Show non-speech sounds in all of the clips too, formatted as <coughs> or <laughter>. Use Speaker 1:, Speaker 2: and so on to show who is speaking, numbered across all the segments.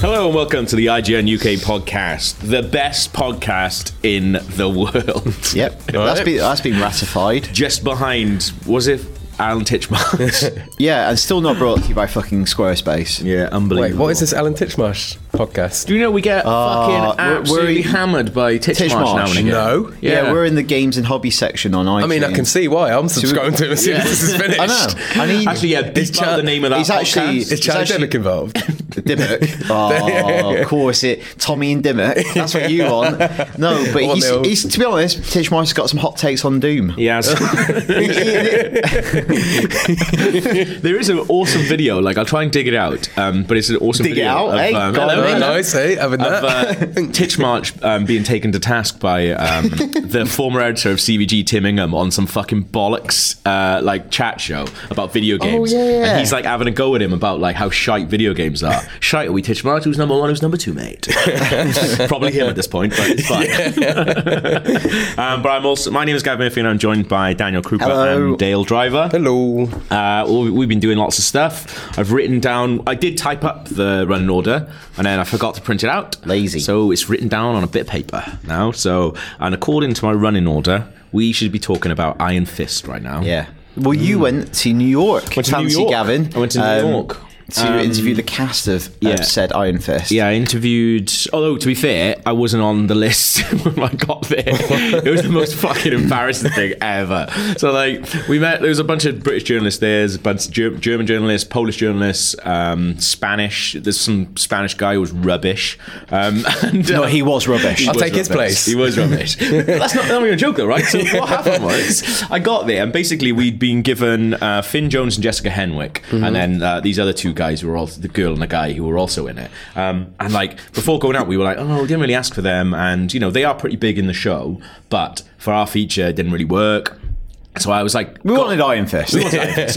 Speaker 1: Hello and welcome to the IGN UK podcast, the best podcast in the world.
Speaker 2: <laughs> Yep, that's been that's been ratified.
Speaker 1: Just behind, was it Alan Titchmarsh?
Speaker 2: <laughs> Yeah, and still not brought to you by fucking Squarespace.
Speaker 1: yeah, um,
Speaker 3: Wait,
Speaker 1: unbelievable.
Speaker 3: what is this Alan Titchmarsh podcast?
Speaker 1: Do you know we get fucking
Speaker 2: Ah, we're- we're-
Speaker 1: absolutely hammered by Titchmarch,
Speaker 2: Titchmarsh.
Speaker 1: now and again?
Speaker 3: No.
Speaker 1: Yeah,
Speaker 2: Yeah. we're in the games and hobbies section on iTunes.
Speaker 3: I mean, I can see why. I'm subscribing to it as soon as this is finished.
Speaker 2: I know. I need.
Speaker 1: Actually, yeah, beat
Speaker 3: It's
Speaker 1: out
Speaker 3: Chad-
Speaker 1: the name of that
Speaker 2: it's actually-
Speaker 1: podcast.
Speaker 3: Is Chad
Speaker 2: actually-
Speaker 1: <laughs>
Speaker 3: Dimmock involved?
Speaker 2: Dimmock. Oh, of course it. Tommy and Dimmock. That's
Speaker 1: <laughs>
Speaker 2: what you want. No, but
Speaker 3: One
Speaker 2: he's,
Speaker 3: nil.
Speaker 2: he's, to be honest, Titchmarsh's got some hot takes on Doom.
Speaker 1: He
Speaker 2: <laughs>
Speaker 1: has. there is an awesome video. Like I'll try and dig it out, um, but it's an awesome
Speaker 2: Dig it
Speaker 1: video
Speaker 2: out,
Speaker 1: of,
Speaker 2: eh?
Speaker 1: um,
Speaker 2: Go on,
Speaker 1: hello,
Speaker 2: mate.
Speaker 1: hello.
Speaker 3: I see. Oh, Having
Speaker 1: of
Speaker 3: that.
Speaker 1: uh,
Speaker 2: <laughs>
Speaker 1: Titchmarsh um, being taken to task by um, the former editor of CBG, Tim Ingham, on some fucking bollocks uh, like chat show about video games.
Speaker 2: Oh, yeah, yeah.
Speaker 1: And he's like having a go at him about like how shite video games
Speaker 2: <laughs>
Speaker 1: are. shite are we, Titchmarsh? Who's number one? Who's number two, mate? Probably him at this point, but it's fine. <laughs> um, but I'm also. My name is Gav Murphy, and I'm joined by Daniel Krupa
Speaker 2: Hello.
Speaker 1: and Dale Driver.
Speaker 3: Hello.
Speaker 1: Uh, we- we've been doing lots of stuff. I've written down. I did type up the running order, and then I forgot to print it out.
Speaker 2: Lazy.
Speaker 1: So it's written down on a bit of paper now. So, and according to my running order, we should be talking about Iron Fist right now.
Speaker 2: Yeah. Well, you went to New York.
Speaker 1: Went to New
Speaker 2: Fancy
Speaker 1: York.
Speaker 2: Gavin. um,
Speaker 1: I went to New York. Um,
Speaker 2: To interview the cast of of
Speaker 1: yeah.
Speaker 2: said Iron Fist.
Speaker 1: Yeah, I interviewed. Although to be fair, I wasn't on the list <laughs> when I got there. it was the most fucking embarrassing thing ever. So like, we met. There was a bunch of British journalists. there, There's a bunch of Ger- German journalists, Polish journalists, um, Spanish. There's some Spanish guy who was rubbish. Um, <laughs> and,
Speaker 2: No,
Speaker 1: uh,
Speaker 2: he was rubbish.
Speaker 3: I'll
Speaker 1: was
Speaker 3: take his
Speaker 1: rubbish.
Speaker 3: place.
Speaker 1: He was rubbish. <laughs> That's not, not even a joke, though, right? So what happened was, <laughs> I got there, and basically we'd been given uh, Finn Jones and Jessica Henwick, and then uh, these other two guys who were also the girl and the guy who were also in it. Um, and like before going out, we were like, oh, we didn't really ask for them, and you know they are pretty big in the show, but for our feature, it didn't really work. So I was like,
Speaker 2: we wanted Iron Fist.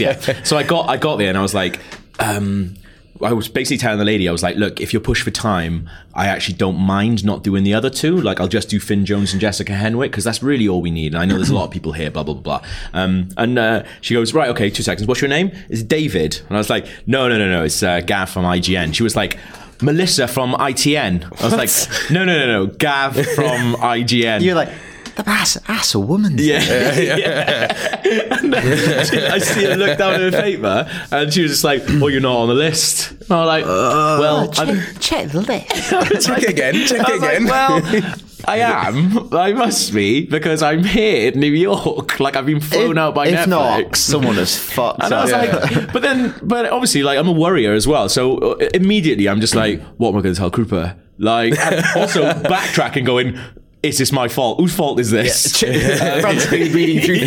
Speaker 1: <laughs> yeah. So I got I got there and I was like, um, I was basically telling the lady, I was like, look, if you're pushed for time, I actually don't mind not doing the other two. Like, I'll just do Finn Jones and Jessica Henwick because that's really all we need. And I know there's a lot of people here, blah, blah, blah. Um, and uh, she goes, right, okay, two seconds. What's your name? It's David. And I was like, no, no, no, no, it's uh, Gav from IGN. She was like, Melissa from ITN. I was like, no, no, no, no, Gav from IGN.
Speaker 2: You're like, that's, that's a woman. <laughs>
Speaker 1: <laughs> Yeah. and then she- I see her look down at her paper and she was just like, Well, you're not on the list. And I was like,
Speaker 2: Uh,
Speaker 1: Well, I'm,
Speaker 4: check the list.
Speaker 3: Check
Speaker 1: <laughs>
Speaker 3: again. Check
Speaker 1: I was like,
Speaker 2: <laughs>
Speaker 3: again.
Speaker 1: Well, I am. I must be because I'm here in New York. Like, I've been
Speaker 2: If,
Speaker 1: flown out by
Speaker 2: if
Speaker 1: Netflix.
Speaker 2: not, someone
Speaker 1: <laughs>
Speaker 2: has fucked
Speaker 1: And I
Speaker 2: up.
Speaker 1: was like, but then, but obviously, like, I'm a worrier as well. So uh, immediately, I'm just like, what am I going to tell Krupa? Like, and also
Speaker 2: <laughs>
Speaker 1: backtrack and going, is this my fault? Whose fault is this?
Speaker 2: <laughs> frantically reading through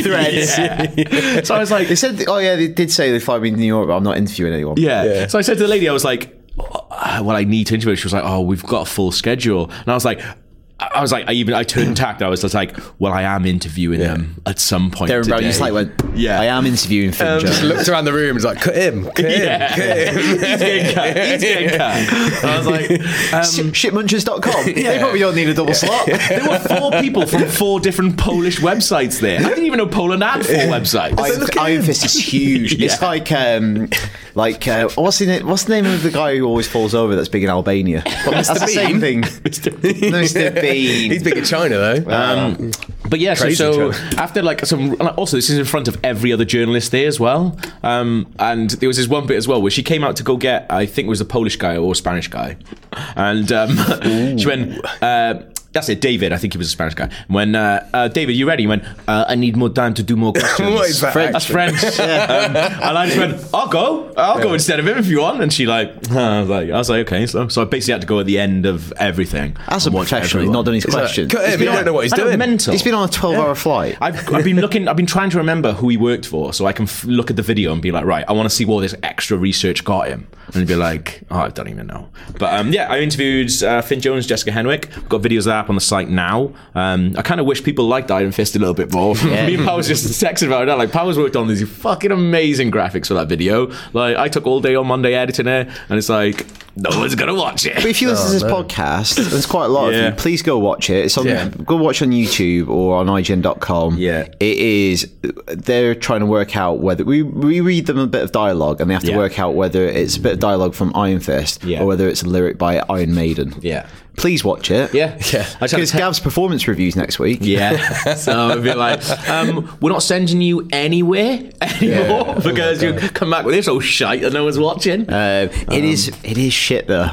Speaker 1: <laughs>
Speaker 2: threads.
Speaker 1: Yeah. <laughs> So I was like,
Speaker 2: They said, oh yeah, they did say they find me in New York, but I'm not interviewing anyone.
Speaker 1: Yeah.
Speaker 3: Yeah.
Speaker 1: So I said to the lady, I was like, "Uh, "Well, I need to interview." She was like, "Oh, we've got a full schedule," and I was like. I was like, I even I
Speaker 2: <clears throat>
Speaker 1: turned tact. I was just like, well, I am interviewing them at some point.
Speaker 2: Darren Brown
Speaker 1: today.
Speaker 2: just like went,
Speaker 1: Yeah. Um,
Speaker 2: I am interviewing Finn Jones.
Speaker 3: Just looked around the room. He's like, cut him, cut him, cut him.
Speaker 1: <laughs> he's getting cut. He's getting
Speaker 2: <laughs>
Speaker 1: cut. And <laughs> I was like, um, <laughs>
Speaker 2: Sh- Shitmunchers.com. They probably don't need a double slot.
Speaker 1: there were four people from four different Polish websites there. I didn't even know Poland had four websites.
Speaker 2: Iron, Iron Fist
Speaker 1: <laughs>
Speaker 2: is huge. It's
Speaker 1: Yeah.
Speaker 2: like um, like uh, what's the name, what's the name of the guy who always falls over that's big
Speaker 1: <laughs>
Speaker 2: in Albania? that's the same thing. Mr. Bean.
Speaker 3: He's big in
Speaker 1: <laughs>
Speaker 3: China though.
Speaker 1: Um, but yeah, so,
Speaker 3: Crazy
Speaker 1: so
Speaker 3: choice.
Speaker 1: after like some, and also this is in front of every other journalist there as well. Um, and there was this one bit as well where she came out to go get, I think it was a Polish guy or Spanish guy, and um, <laughs> she went. Uh, that's it, David. I think he was a Spanish guy. When uh, uh, David, you ready? He went. Uh, I need more time to do
Speaker 3: <laughs>
Speaker 1: more questions.
Speaker 3: What is that
Speaker 1: French. That's French.
Speaker 3: <laughs>
Speaker 1: um, and I just went. I'll go. I'll go instead of him if you want. And she like, <laughs> I was like, I was like, okay. So, so I basically had to go at the end of everything.
Speaker 2: That's a
Speaker 1: and watch
Speaker 2: professional. He's
Speaker 1: everyone.
Speaker 2: not done his
Speaker 3: He's like,
Speaker 2: question.
Speaker 3: cut him. You don't know what he's
Speaker 1: I know,
Speaker 3: doing.
Speaker 1: mental.
Speaker 2: He's been on a 12 hour flight.
Speaker 1: I've, I've been looking. I've been trying to remember who he worked for, so I can f- look at the video and be like, right, I want to see what this extra research got him, and be like, oh, I don't even know. But um, yeah, I interviewed uh, Finn Jones, Jessica Henwick. We've got videos of that up on the site now. Um, I kind of wish people liked Iron Fist a little bit more. <laughs> Me and Powers just texted about it. Like Powers worked on these fucking amazing graphics for that video. Like I took all day on Monday editing it, and it's like no one's gonna watch
Speaker 2: <laughs> But
Speaker 1: it.
Speaker 2: if you listen to this podcast, and there's quite a lot
Speaker 1: Oh, Yeah.
Speaker 2: of you, please go watch it. It's on
Speaker 3: Yeah.
Speaker 2: go watch on YouTube or on IGN.com.
Speaker 1: Yeah.
Speaker 2: It is they're trying to work out whether we we read them a bit of dialogue and they have to
Speaker 1: Yeah.
Speaker 2: work out whether it's a bit of dialogue from Iron Fist
Speaker 1: Yeah.
Speaker 2: or whether it's a lyric by Iron Maiden.
Speaker 1: Yeah.
Speaker 2: Please watch it. <laughs>
Speaker 1: Yeah,
Speaker 3: Yeah.
Speaker 1: I just had a
Speaker 2: Because
Speaker 1: te-
Speaker 2: Gav's performance reviews next week. <laughs>
Speaker 1: Yeah. so it'd be like, um, we're not sending you anywhere <laughs> anymore because you come back with this old shite and no one's watching.
Speaker 2: Um, it is it is shit
Speaker 1: <laughs>
Speaker 2: though.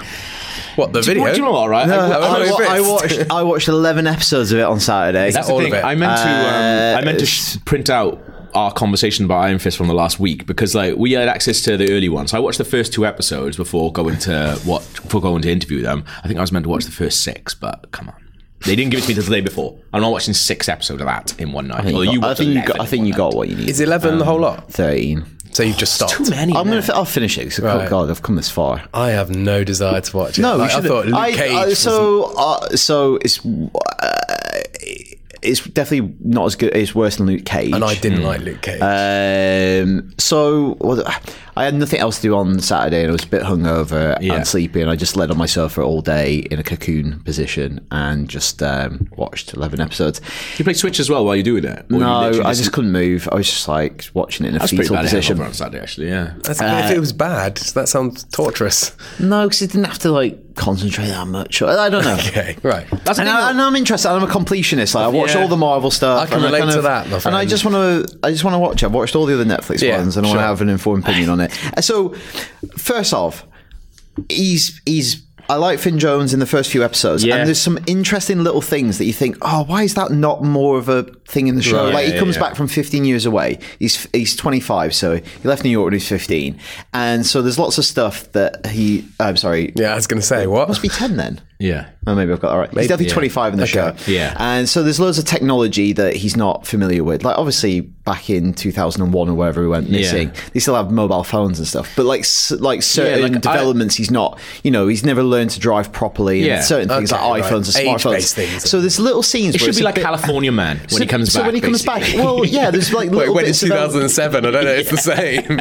Speaker 3: What the
Speaker 1: Do you-
Speaker 3: video?
Speaker 1: what do you know, all right?
Speaker 2: I,
Speaker 1: I-
Speaker 3: I-
Speaker 2: I wa-
Speaker 3: I-
Speaker 2: I watched
Speaker 1: <laughs>
Speaker 2: I watched eleven episodes of it on Saturday.
Speaker 1: That's the
Speaker 3: all
Speaker 1: thing.
Speaker 3: of it.
Speaker 1: I meant to. Um,
Speaker 2: Uh,
Speaker 1: I meant to sh- print out our conversation about Iron Fist from the last week because like we had access to the early ones. I watched the first two episodes before going to what before going to interview them. I think I was meant to watch the first six, but come on. They didn't give it to me till the day before. I'm not watching six episodes of that in one night. Although you
Speaker 2: I
Speaker 1: watched
Speaker 2: think you
Speaker 1: 11
Speaker 2: got,
Speaker 1: in
Speaker 2: I think
Speaker 1: one
Speaker 2: you
Speaker 1: night.
Speaker 2: got what you need.
Speaker 3: Is eleven the whole lot?
Speaker 2: Thirteen.
Speaker 3: So you've just stopped.
Speaker 1: Um, too many.
Speaker 2: I'm
Speaker 1: man.
Speaker 2: gonna. Fi- I'll finish it. 'cause, Oh
Speaker 3: Right.
Speaker 2: God, I've come this far.
Speaker 3: I have no desire to watch it.
Speaker 2: No, we
Speaker 3: Like, I
Speaker 2: should-
Speaker 3: thought Luke Cage.
Speaker 2: I-
Speaker 3: was-
Speaker 2: so, uh, so it's uh, it's definitely not as good. It's worse than Luke Cage.
Speaker 3: and I
Speaker 1: Hmm.
Speaker 3: didn't like Luke Cage.
Speaker 1: Uh,
Speaker 2: Um, so well, I had nothing else to do on Saturday, and I was a bit hungover
Speaker 1: Yeah.
Speaker 2: and sleepy, and I just laid on my sofa all day in a cocoon position and just um, watched eleven episodes.
Speaker 1: You play Switch as well while you're doing it. Or you
Speaker 2: No,
Speaker 1: literally
Speaker 2: I just couldn't move. I was just like watching it in a
Speaker 1: That's pretty
Speaker 2: fetal
Speaker 1: bad
Speaker 2: position.
Speaker 1: hangover on Saturday, actually. Yeah.
Speaker 3: That's-
Speaker 1: uh,
Speaker 3: if it was bad, that sounds torturous.
Speaker 2: No, because I didn't have to like concentrate that much. I don't know.
Speaker 3: Okay, right.
Speaker 1: That's the thing
Speaker 2: and, I, and I'm interested. I'm a completionist. Like, I watch
Speaker 1: Yeah.
Speaker 2: all the Marvel stuff.
Speaker 3: I can
Speaker 2: and
Speaker 3: relate
Speaker 2: kind
Speaker 3: to
Speaker 2: of-
Speaker 3: that, my
Speaker 2: And I
Speaker 3: friend.
Speaker 2: just want to. I just want to watch. it. I've watched all the other Netflix
Speaker 3: Yeah,
Speaker 2: ones, and I want
Speaker 3: sure.
Speaker 2: to have an informed opinion
Speaker 3: <laughs>
Speaker 2: on it. Uh, So, first off, he's he's. I like Finn Jones in the first few episodes,
Speaker 1: Yeah.
Speaker 2: and there's some interesting little things that you think, oh, why is that not more of a thing in the show?
Speaker 1: Right,
Speaker 2: like
Speaker 1: yeah,
Speaker 2: he comes
Speaker 1: yeah.
Speaker 2: back from 15 years away. He's he's 25, so he left New York when he was 15, and so there's lots of stuff that he. I'm sorry,
Speaker 3: Yeah, I was going to say what.
Speaker 2: must be 10 then.
Speaker 1: Yeah.
Speaker 2: Oh, maybe I've got that right. he's definitely
Speaker 3: yeah.
Speaker 2: 25 in the show.
Speaker 1: yeah.
Speaker 2: And so there's loads of technology that he's not familiar with. Like, obviously, back in 2001 or wherever we went missing, they still have mobile phones and stuff. But, like, s- like certain
Speaker 1: like, I-
Speaker 2: developments, he's not, you know, he's never learned to drive properly.
Speaker 1: Yeah.
Speaker 2: And certain things
Speaker 3: Okay,
Speaker 2: like
Speaker 3: right.
Speaker 2: iPhones and smartphones.
Speaker 3: Age-based things.
Speaker 2: So there's little scenes
Speaker 1: It
Speaker 2: where
Speaker 1: should
Speaker 2: it's
Speaker 1: be
Speaker 2: a
Speaker 1: like
Speaker 2: bit-
Speaker 1: California Man when he comes
Speaker 2: so
Speaker 1: back.
Speaker 2: when he comes
Speaker 1: basically.
Speaker 2: back, well, yeah, there's
Speaker 1: <laughs>
Speaker 2: like
Speaker 3: Wait,
Speaker 2: little
Speaker 3: when it's
Speaker 2: bits um, about-
Speaker 3: 2007, I don't know. if It's
Speaker 2: <laughs>
Speaker 3: the same.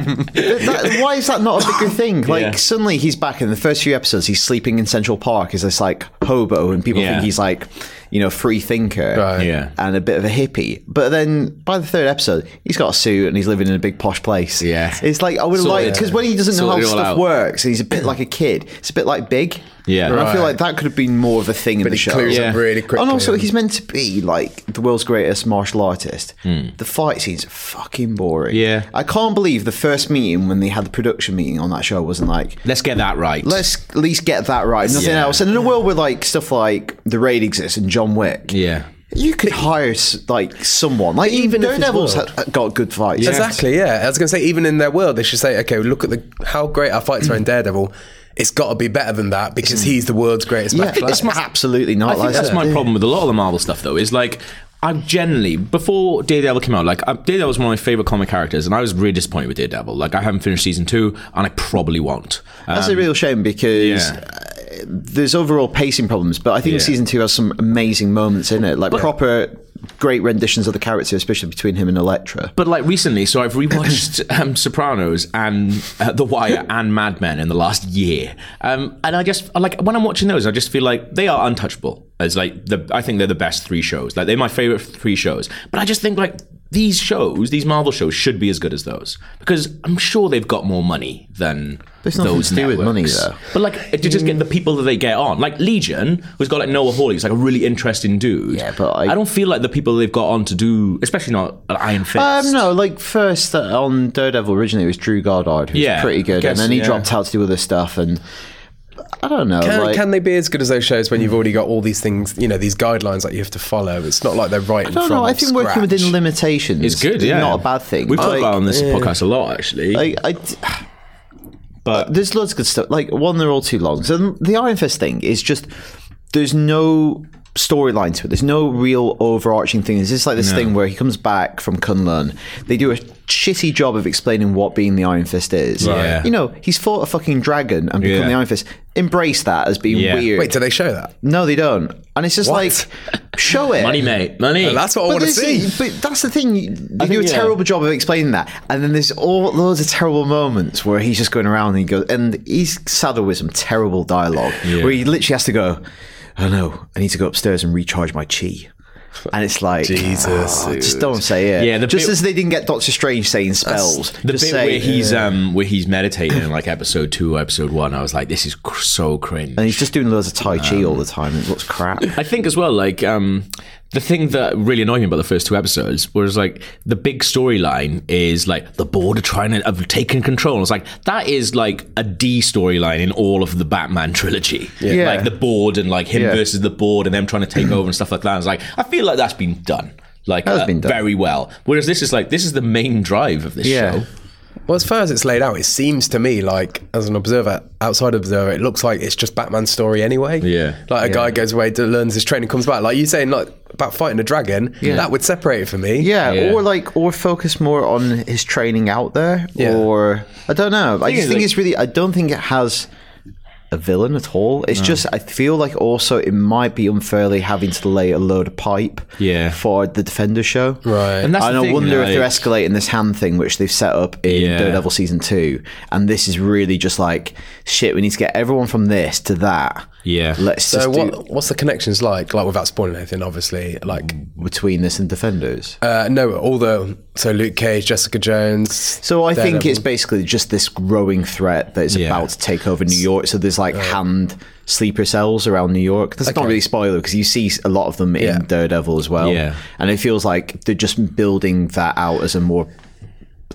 Speaker 2: that, why is that not a
Speaker 1: <laughs>
Speaker 2: bigger thing? Like
Speaker 1: Yeah.
Speaker 2: suddenly he's back in the first few episodes. He's sleeping in Central Park as this like hobo, and people
Speaker 1: Yeah.
Speaker 2: think he's like, you know, free thinker
Speaker 3: Right.
Speaker 1: <laughs> Yeah.
Speaker 2: and a bit of a hippie. But then by the third episode, he's got a suit and he's living in a big posh place.
Speaker 1: Yeah.
Speaker 2: it's like I would have
Speaker 1: Sorted.
Speaker 2: liked because when he doesn't know how
Speaker 1: Sorted it all
Speaker 2: stuff
Speaker 1: out.
Speaker 2: works, and he's a bit like a kid. It's a bit like Big.
Speaker 1: Yeah.
Speaker 2: and I feel
Speaker 3: Right.
Speaker 2: like that could have been more of a thing in the
Speaker 3: But he
Speaker 2: show.
Speaker 3: clues
Speaker 1: Yeah.
Speaker 3: up really quickly.
Speaker 2: And also, he's meant to be like the world's greatest martial artist. The fight scenes are fucking boring.
Speaker 1: Hmm. Yeah.
Speaker 2: I can't believe the first meeting when they had the production meeting on that show wasn't like,
Speaker 1: Let's get that right.
Speaker 2: let's at least get that right, nothing
Speaker 1: Yeah.
Speaker 2: else. And in a world where like stuff like The Raid exists and John Wick,
Speaker 1: Yeah.
Speaker 2: you could hire s- like someone. Like even
Speaker 3: even if it's
Speaker 2: Daredevil's
Speaker 3: world.
Speaker 2: ha- got good fights.
Speaker 3: Exactly. Yeah, I was going to say even in their world, they should say, okay, look at the how great our fights are in Daredevil. It's got to be better than that because he's the world's greatest.
Speaker 2: Mm. Yeah,
Speaker 3: martial
Speaker 2: it's
Speaker 3: artist.
Speaker 2: absolutely
Speaker 1: I
Speaker 2: not
Speaker 1: think
Speaker 2: like
Speaker 1: that's
Speaker 2: that.
Speaker 1: my problem with a lot of the Marvel stuff, though, is like. I generally before Daredevil came out, like I- Daredevil was one of my favorite comic characters, and I was really disappointed with Daredevil. Like I haven't finished season two, and I probably won't. Um,
Speaker 2: That's a real shame because
Speaker 1: Yeah.
Speaker 2: uh, there's overall pacing problems, but I think
Speaker 1: Yeah.
Speaker 2: season two has some amazing moments in it, like proper great renditions of the character, especially between him and Electra.
Speaker 1: But like recently, so I've
Speaker 2: <coughs>
Speaker 1: rewatched um, Sopranos and uh, The Wire and Mad Men in the last year, um, and I just I like when I'm watching those, I just feel like they are untouchable. It's like the I think they're the best three shows. Like they're my favorite three shows. But I just think like these shows, these Marvel shows, should be as good as those because I'm sure they've got more money than
Speaker 2: There's nothing
Speaker 1: those
Speaker 2: to do with money,
Speaker 1: networks.
Speaker 2: though.
Speaker 1: But like to just get the people that they get on, like Legion, who's got like Noah Hawley, he's like a really interesting dude.
Speaker 2: Yeah, but I-
Speaker 1: don't feel like the people they've got on to do, especially not Iron Fist.
Speaker 2: Um, no, like first uh, on Daredevil originally it was Drew Goddard, who was
Speaker 1: Yeah,
Speaker 2: pretty good,
Speaker 1: guess,
Speaker 2: and then he
Speaker 1: yeah.
Speaker 2: dropped out to do other stuff, and I don't know.
Speaker 3: Can,
Speaker 2: like,
Speaker 3: can they be as good as those shows when you've already got all these things, you know, these guidelines that you have to follow? It's not like they're right.
Speaker 2: I don't know. I think working within limitations
Speaker 1: It's good,
Speaker 2: is
Speaker 1: yeah.
Speaker 2: not a bad thing.
Speaker 1: We've talked
Speaker 2: Like,
Speaker 1: about it on this podcast a lot, actually.
Speaker 2: I, I,
Speaker 1: but
Speaker 2: <sighs> there's loads of good stuff. Like one, they're all too long. So the Iron Fist thing is just there's no storyline to it. There's no real overarching thing. It's just like this thing where he comes back from Kunlun. They do a shitty job of explaining what being the Iron Fist is.
Speaker 1: Right.
Speaker 2: You know, he's fought a fucking dragon and become
Speaker 1: Yeah.
Speaker 2: the Iron Fist. Embrace that as being
Speaker 1: Yeah.
Speaker 2: weird.
Speaker 3: Wait, do they show that?
Speaker 2: no, they don't. And it's just
Speaker 3: What?
Speaker 2: like show it.
Speaker 1: money, mate, money.
Speaker 3: That's what I want to
Speaker 2: this
Speaker 3: see.
Speaker 2: is- but that's the thing. you- They do
Speaker 1: think,
Speaker 2: a
Speaker 1: yeah.
Speaker 2: terrible job of explaining that, and then there's all loads of terrible moments where he's just going around and he goes, and he's saddled with some terrible dialogue where he literally has to go, "Oh no, I need to go upstairs and recharge my chi." And
Speaker 1: <laughs>
Speaker 2: it's like
Speaker 3: Jesus,
Speaker 2: oh, just don't say it.
Speaker 1: Yeah, the
Speaker 2: just
Speaker 1: bit-
Speaker 2: as they didn't get Doctor Strange saying spells,
Speaker 1: the
Speaker 2: just
Speaker 1: bit
Speaker 2: say,
Speaker 1: where he's um where he's meditating in like episode two, episode one. I was like, this is cr- so cringe.
Speaker 2: and he's just doing loads of tai chi all
Speaker 1: Um,
Speaker 2: the time. It looks crap.
Speaker 1: I think as well, like um, the thing that really annoyed me about the first two episodes was like the big storyline is like the board are trying to have taken control. It's like that is like a D storyline in all of the Batman trilogy.
Speaker 2: Yeah.
Speaker 1: Like the board and like him
Speaker 2: Yeah.
Speaker 1: versus the board and them trying to take over and stuff like that. It's like I feel like that's been done. Like
Speaker 2: That has
Speaker 1: uh,
Speaker 2: been done.
Speaker 1: very well. Whereas this is like this is the main drive of this
Speaker 2: Yeah.
Speaker 1: show.
Speaker 3: Well, as far as it's laid out, it seems to me like, as an observer, outside observer, it looks like it's just Batman's story anyway.
Speaker 1: Yeah.
Speaker 3: Like a guy goes away, d- learns his training, comes back. Like you saying, like about fighting a dragon, that would separate it for me.
Speaker 2: Yeah,
Speaker 1: Yeah.
Speaker 2: or like, or focus more on his training out there,
Speaker 3: Yeah.
Speaker 2: or I don't know. I
Speaker 1: Thing
Speaker 2: just
Speaker 1: is,
Speaker 2: think
Speaker 1: like-
Speaker 2: it's really. I don't think it has a villain at all. It's just I feel like also it might be unfairly having to lay a load of pipe,
Speaker 1: Yeah.
Speaker 2: for the Defender show,
Speaker 3: Right.
Speaker 1: And that's
Speaker 2: and
Speaker 1: the
Speaker 2: I
Speaker 1: thing,
Speaker 2: wonder if they're
Speaker 1: like-
Speaker 2: escalating this hand thing, which they've set up in
Speaker 1: Yeah.
Speaker 2: Daredevil season two, and this is really just like shit. We need to get everyone from this to that.
Speaker 1: Yeah.
Speaker 2: let's
Speaker 3: So
Speaker 2: just
Speaker 3: what,
Speaker 2: do
Speaker 3: what's the connections like? Like without spoiling anything, obviously. Like
Speaker 2: Mm. between this and Defenders.
Speaker 3: uh, no, all the so Luke Cage, Jessica Jones.
Speaker 2: So I think
Speaker 3: Daredevil.
Speaker 2: it's basically just this growing threat that is
Speaker 1: Yeah.
Speaker 2: about to take over New York. So there's like hand sleeper cells around New York. That's not really spoiler because you see a lot of them in
Speaker 3: Yeah.
Speaker 2: Daredevil as well.
Speaker 1: Yeah.
Speaker 2: And it feels like they're just building that out as a more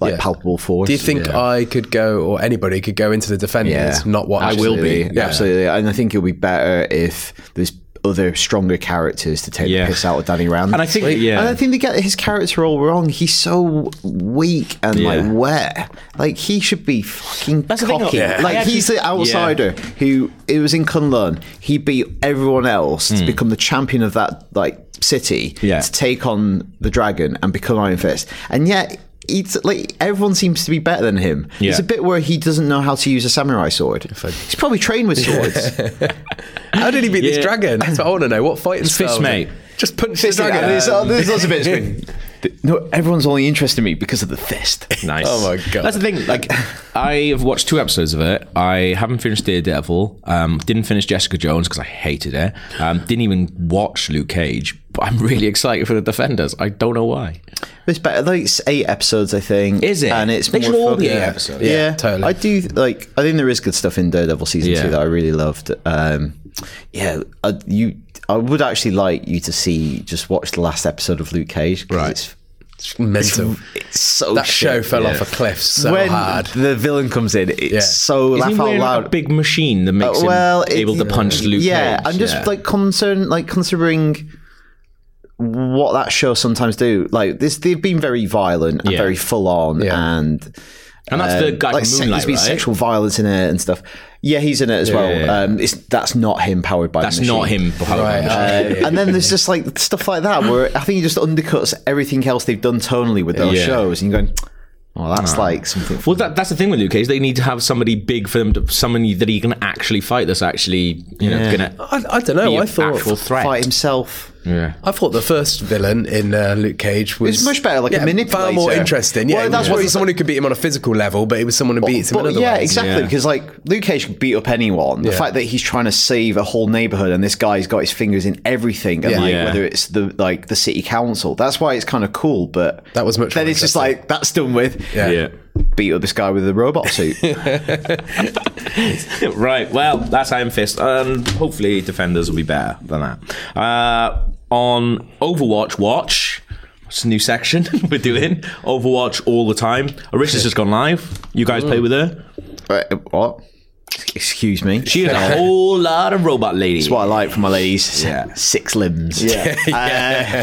Speaker 2: like
Speaker 3: Yeah.
Speaker 2: palpable force.
Speaker 3: Do you think I could go or anybody could go into the defenders? Not watch.
Speaker 2: I will be
Speaker 3: Yeah.
Speaker 2: absolutely, and I think it'll be better if there's other stronger characters to take
Speaker 1: Yeah.
Speaker 2: the piss out of Danny Rand.
Speaker 1: And I think- yeah.
Speaker 2: and I think they get his character all wrong. He's so weak and
Speaker 1: Yeah.
Speaker 2: like wet. Like he should be fucking
Speaker 1: That's the thing,
Speaker 2: cocky.
Speaker 1: though. Yeah.
Speaker 2: Like
Speaker 1: I actually-
Speaker 2: he's the outsider who it was in Kunlun. He beat everyone else to become the champion of that like city
Speaker 1: Hmm. Yeah.
Speaker 2: to take on the dragon and become Iron Fist, and yet. It's like everyone seems to be better than him.
Speaker 1: Yeah.
Speaker 2: It's a bit where he doesn't know how to use a samurai sword. He's probably trained with swords.
Speaker 1: <laughs>
Speaker 3: How did he beat this
Speaker 1: Yeah.
Speaker 3: dragon? That's what I want to know. What fighting
Speaker 1: It's fist,
Speaker 3: style?
Speaker 1: mate.
Speaker 3: Just punch
Speaker 2: Fist
Speaker 3: the
Speaker 2: it.
Speaker 3: dragon.
Speaker 2: And there's, uh, there's lots
Speaker 1: <laughs>
Speaker 2: of bits.
Speaker 3: <laughs>
Speaker 2: where- no, everyone's only interested in me because of the fist.
Speaker 1: Nice.
Speaker 3: Oh my God.
Speaker 1: That's the thing. Like, I've watched two episodes of it. I haven't finished Daredevil. Um, didn't finish Jessica Jones because I hated it. Um, didn't even watch Luke Cage. But I'm really excited for the Defenders. I don't know why.
Speaker 2: It's better. Like it's eight episodes, I think.
Speaker 1: Is it?
Speaker 2: And it's
Speaker 1: They
Speaker 2: more
Speaker 1: should all be
Speaker 2: focused-
Speaker 1: eight episodes.
Speaker 2: Yeah,
Speaker 3: Yeah, totally.
Speaker 2: I do like. I think there is good stuff in Daredevil season
Speaker 1: Yeah.
Speaker 2: two that I really loved. Um, yeah, I, you. I would actually like you to see just watch the last episode of Luke Cage. 'cause
Speaker 1: Right.
Speaker 2: It's,
Speaker 3: Mental.
Speaker 2: it's so
Speaker 3: That show
Speaker 2: shit.
Speaker 3: fell off a cliff so
Speaker 2: when <laughs>
Speaker 3: hard.
Speaker 2: the villain comes in, it's so
Speaker 1: Isn't
Speaker 2: laugh
Speaker 1: he
Speaker 2: out
Speaker 1: wearing like,
Speaker 2: loud. Uh,
Speaker 1: a big machine that makes him
Speaker 2: it-
Speaker 1: able to punch Luke
Speaker 2: Yeah,
Speaker 1: Cage?
Speaker 2: I'm just
Speaker 1: Yeah.
Speaker 2: like concerned, like considering what that show sometimes do. Like this, they've been very violent and
Speaker 1: Yeah.
Speaker 2: very full on,
Speaker 3: Yeah.
Speaker 2: and
Speaker 1: And that's the
Speaker 2: um,
Speaker 1: guy
Speaker 2: like
Speaker 1: from
Speaker 2: se-
Speaker 1: Moonlight,
Speaker 2: there's been
Speaker 1: right?
Speaker 2: sexual violence in it and stuff. Yeah, he's in it as well.
Speaker 1: yeah, yeah.
Speaker 2: Um, it's that's not him powered by. the
Speaker 1: That's not
Speaker 2: machine.
Speaker 1: him. behind the
Speaker 3: Right.
Speaker 1: machine. <laughs>
Speaker 2: Uh, and then there's just like stuff like that where I think he just undercuts everything else they've done tonally with those
Speaker 1: Yeah.
Speaker 2: shows, and you're going, Well, that's like something.
Speaker 1: Well, that, that's the thing with Luke Cage. They need to have somebody big for them to somebody that he can actually fight. That's actually you know gonna
Speaker 3: I, I
Speaker 2: Oh,
Speaker 3: don't
Speaker 1: be
Speaker 3: know.
Speaker 1: an
Speaker 3: I thought
Speaker 1: actual threat.
Speaker 2: Fight himself.
Speaker 1: Yeah.
Speaker 3: I thought the first villain in uh, Luke Cage was
Speaker 2: It's much better, like a
Speaker 3: far more
Speaker 2: manipulator.
Speaker 3: interesting. Yeah,
Speaker 2: Well, that's
Speaker 3: that's
Speaker 2: what
Speaker 3: why
Speaker 2: it's-
Speaker 3: he's someone who could beat him on a physical level, but he was someone who beats him. in
Speaker 2: But
Speaker 3: other
Speaker 2: yeah,
Speaker 3: ways.
Speaker 2: exactly.
Speaker 1: Yeah.
Speaker 2: Because like Luke Cage can beat up anyone. The
Speaker 3: Yeah.
Speaker 2: fact that he's trying to save a whole neighborhood and this guy's got his fingers in everything, and
Speaker 3: Yeah.
Speaker 2: like
Speaker 1: Yeah.
Speaker 2: whether it's the like the city council, that's why it's kind of cool. But
Speaker 3: That was much
Speaker 2: Then
Speaker 3: more
Speaker 2: it's just
Speaker 3: interesting.
Speaker 2: like that's done with.
Speaker 3: Yeah.
Speaker 1: yeah.
Speaker 2: Beat up this guy with a robot
Speaker 3: <laughs>
Speaker 2: suit.
Speaker 1: Right. Well, that's Iron Fist. Um, hopefully, Defenders will be better than that. Uh, on Overwatch Watch, it's a new section <laughs> we're doing. Overwatch all the time. Arisha's just gone live. You guys
Speaker 2: Mm.
Speaker 1: play with her.
Speaker 2: Right, Uh, what? Excuse me.
Speaker 1: She is a whole lot of robot lady.
Speaker 2: what I like for my ladies.
Speaker 1: Yeah.
Speaker 2: Six limbs. <laughs> Yeah.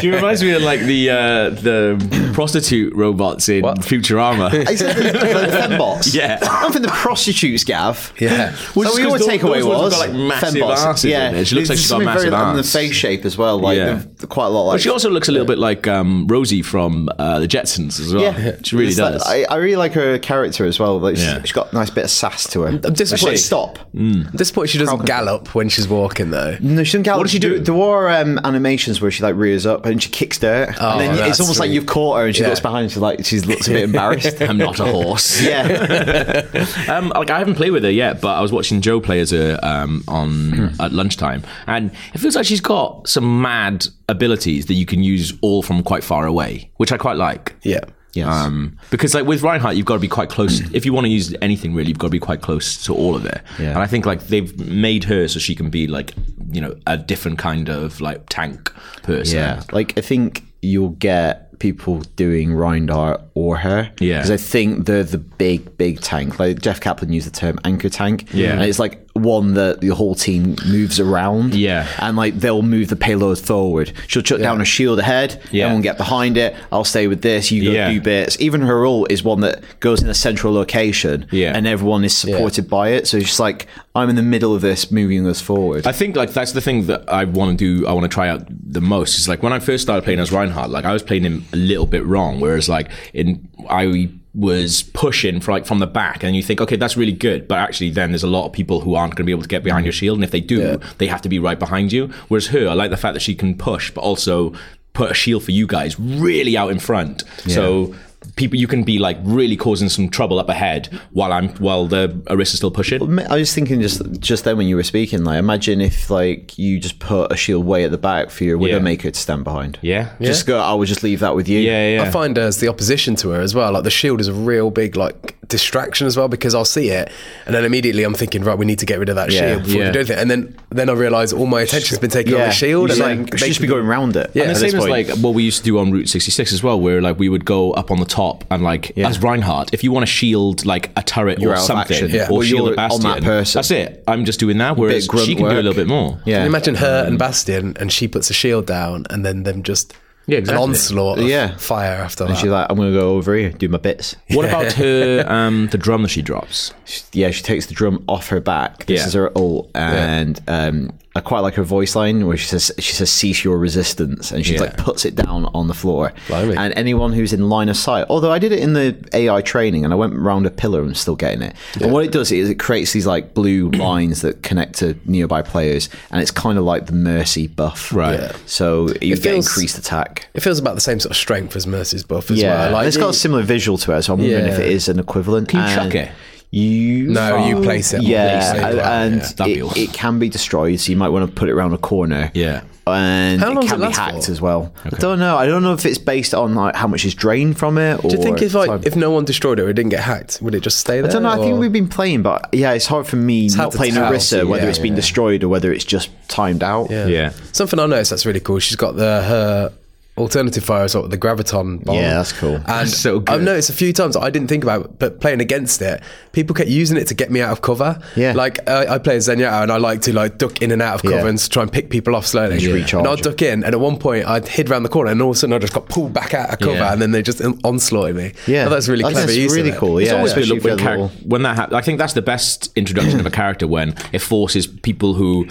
Speaker 1: <laughs> She reminds me of like the uh, the <clears throat> prostitute robots in Futurama.
Speaker 2: <laughs> Exactly. the
Speaker 3: <laughs>
Speaker 2: fembots.
Speaker 1: Yeah.
Speaker 2: I don't think the prostitutes, Gav.
Speaker 3: Yeah.
Speaker 2: Well,
Speaker 1: just
Speaker 2: so we
Speaker 1: 'cause
Speaker 2: always
Speaker 1: tho-
Speaker 2: take away
Speaker 1: those ones
Speaker 2: was
Speaker 1: have got, like, massive asses in it. She looks like
Speaker 2: There's
Speaker 1: she's got
Speaker 2: something
Speaker 1: massive
Speaker 2: very- And the
Speaker 1: arse.
Speaker 2: face shape as well. Like
Speaker 1: Yeah.
Speaker 2: the- quite a lot. Like,
Speaker 1: But she also looks a little bit like um, Rosie from uh, the Jetsons as well. <laughs> She really
Speaker 2: It's like-
Speaker 1: does.
Speaker 2: I, I really like her character as well. Like she's,
Speaker 1: Yeah. Mm.
Speaker 2: she's got a nice bit of sass to her. I'm
Speaker 3: disappointed.
Speaker 2: Stop.
Speaker 3: At this point, she doesn't gallop when she's walking though.
Speaker 2: No, she didn't gallop.
Speaker 1: What did she do?
Speaker 2: There were um, animations where she like rears up and she kicks dirt,
Speaker 1: Oh,
Speaker 2: and then
Speaker 3: that's
Speaker 2: it's almost like
Speaker 3: sweet.
Speaker 2: you've caught her and she
Speaker 3: Yeah.
Speaker 2: looks behind. and She like she looks a
Speaker 1: <laughs>
Speaker 2: bit embarrassed.
Speaker 1: I'm not a
Speaker 2: <laughs>
Speaker 1: horse. <laughs>
Speaker 2: yeah,
Speaker 1: Um, like I haven't played with her yet, but I was watching Joe play as her um,
Speaker 2: Hmm.
Speaker 1: on at lunchtime, and it feels like she's got some mad abilities that you can use all from quite far away, which I quite like.
Speaker 3: Yeah.
Speaker 2: Yes.
Speaker 1: Um, because like with Reinhardt, you've got to be quite close.
Speaker 2: Hmm.
Speaker 1: If you want to use anything really, you've got to be quite close to all of it.
Speaker 2: Yeah.
Speaker 1: And I think like they've made her so she can be like you know a different kind of like tank person.
Speaker 2: yeah. Like I think you'll get people doing Rindar or her.
Speaker 1: Yeah.
Speaker 2: because I think they're the big, big tank. Like Jeff Kaplan used the term anchor tank.
Speaker 1: Yeah.
Speaker 2: and it's like one that the whole team moves around.
Speaker 1: Yeah.
Speaker 2: and like they'll move the payload forward. She'll chuck down a shield ahead.
Speaker 1: Yeah.
Speaker 2: everyone get behind it. I'll stay with this. You go
Speaker 1: Yeah.
Speaker 2: do bits. Even her role is one that goes in a central location.
Speaker 1: Yeah.
Speaker 2: and everyone is supported by it. So it's just like I'm in the middle of this, moving us forward.
Speaker 1: I think like that's the thing that I want to do. I want to try out the most is like when I first started playing as Reinhardt, like I was playing him a little bit wrong. Whereas like in I was pushing for like from the back, and you think, okay, that's really good, but actually then there's a lot of people who aren't going to be able to get behind your shield, and if they do, they have to be right behind you. Whereas her, I like the fact that she can push, but also put a shield for you guys really out in front. So. People, you can be like really causing some trouble up ahead while I'm while the Arissa's still pushing.
Speaker 2: Ma- I was thinking just just then when you were speaking, like imagine if like you just put a shield way at the back for your
Speaker 1: Yeah.
Speaker 2: Widowmaker to stand behind.
Speaker 1: Yeah.
Speaker 2: Just go. I will just leave that with you.
Speaker 1: Yeah, yeah.
Speaker 3: I find her as the opposition to her as well. Like the shield is a real big like distraction as well because I'll see it and then immediately I'm thinking, right, we need to get rid of that
Speaker 2: Yeah.
Speaker 3: shield before
Speaker 1: Yeah.
Speaker 3: we do anything. And then then I realise all my attention's been taken off the
Speaker 2: You
Speaker 3: shield. and
Speaker 2: should,
Speaker 3: then
Speaker 2: like, should just be going round it.
Speaker 3: Yeah.
Speaker 2: at
Speaker 1: And the
Speaker 2: this
Speaker 1: same as like
Speaker 2: point.
Speaker 1: what we used to do on Route 66 as well, where like we would go up on the top and like as Reinhardt, if you want to shield like a turret
Speaker 2: You're
Speaker 1: or
Speaker 2: out of
Speaker 1: something,
Speaker 2: action. Yeah.
Speaker 1: or
Speaker 2: Well,
Speaker 1: shield
Speaker 2: you're
Speaker 1: a
Speaker 2: on that
Speaker 1: bastion,
Speaker 2: person.
Speaker 1: that's it. I'm just doing that. Whereas
Speaker 2: grunt
Speaker 1: she can do a
Speaker 2: work.
Speaker 1: little bit more.
Speaker 3: Can
Speaker 2: yeah.
Speaker 3: you imagine her and Bastion and she puts a shield down and then them just
Speaker 1: Yeah, exactly.
Speaker 3: an onslaught of
Speaker 2: Yeah.
Speaker 3: fire after that.
Speaker 2: She's like, I'm gonna go over here, do my bits.
Speaker 1: What
Speaker 2: <laughs>
Speaker 1: about her? Um, the drum that she drops.
Speaker 2: She- yeah, she takes the drum off her back. This
Speaker 1: Yeah.
Speaker 2: is her ult, and um, I quite like her voice line where she says, "She says cease your resistance," and she
Speaker 1: Yeah.
Speaker 2: like puts it down on the floor.
Speaker 3: Blimey.
Speaker 2: And anyone who's in line of sight, although I did it in the AI training, and I went round a pillar and still getting it. And what it does is it creates these like blue <clears throat> lines that connect to nearby players, and it's kind of like the mercy buff,
Speaker 1: Right. Yeah.
Speaker 2: So you
Speaker 3: It
Speaker 2: get
Speaker 3: feels-
Speaker 2: increased attack.
Speaker 3: it feels about the same sort of strength as Mercy's buff as
Speaker 2: Yeah,
Speaker 3: well. Like
Speaker 2: and it's got a similar visual to it, so I'm wondering
Speaker 3: Yeah.
Speaker 2: if it is an equivalent.
Speaker 1: Can you chuck
Speaker 2: And
Speaker 1: it?
Speaker 2: You
Speaker 3: No, you place it.
Speaker 2: yeah,
Speaker 3: Place it.
Speaker 2: and- and
Speaker 3: Yeah.
Speaker 1: That'd be
Speaker 2: it,
Speaker 1: awesome.
Speaker 2: it can be destroyed, so you might want to put it around a corner.
Speaker 1: Yeah.
Speaker 2: and
Speaker 3: How long
Speaker 2: it
Speaker 3: does
Speaker 2: can
Speaker 3: it
Speaker 2: be
Speaker 3: last
Speaker 2: hacked
Speaker 3: for?
Speaker 2: as well. I don't know. I don't know if it's based on like how much is drained from it. Or
Speaker 3: Do you think if like
Speaker 2: time.
Speaker 3: if no one destroyed it, it didn't get hacked? Would it just stay there?
Speaker 2: I don't know. I
Speaker 3: or-
Speaker 2: think we've been playing, but yeah, it's hard for me
Speaker 3: hard
Speaker 2: not
Speaker 3: to
Speaker 2: playing
Speaker 3: tell.
Speaker 2: Orisa whether
Speaker 3: Yeah,
Speaker 2: it's been
Speaker 3: yeah.
Speaker 2: destroyed or whether it's just timed out.
Speaker 1: Yeah.
Speaker 3: Something I noticed that's really cool. She's got the her alternative fire assault, the graviton bomb.
Speaker 2: Yeah, that's cool.
Speaker 3: And
Speaker 1: That's so good.
Speaker 3: I've noticed a few times I didn't think about, it, but playing against it, people kept using it to get me out of cover.
Speaker 2: Yeah.
Speaker 3: Like I I play as Zenyatta and I like to like duck in and out of cover
Speaker 2: Yeah.
Speaker 3: and s- try and pick people off slowly.
Speaker 2: just recharge.
Speaker 3: And I'll duck in, and at one point I'd hid around the corner, and all of a sudden I just got pulled back out of cover,
Speaker 1: Yeah.
Speaker 3: and then they just on- onslaughted me.
Speaker 2: Yeah.
Speaker 3: Oh, that's really
Speaker 2: I think
Speaker 3: clever.
Speaker 2: that's
Speaker 3: use of
Speaker 2: really
Speaker 3: it.
Speaker 2: cool,
Speaker 1: It's
Speaker 2: yeah.
Speaker 1: always good
Speaker 2: especially if
Speaker 1: when,
Speaker 2: you have
Speaker 1: charac-
Speaker 2: little-
Speaker 1: when that happens. I think that's the best introduction of a character when it forces people who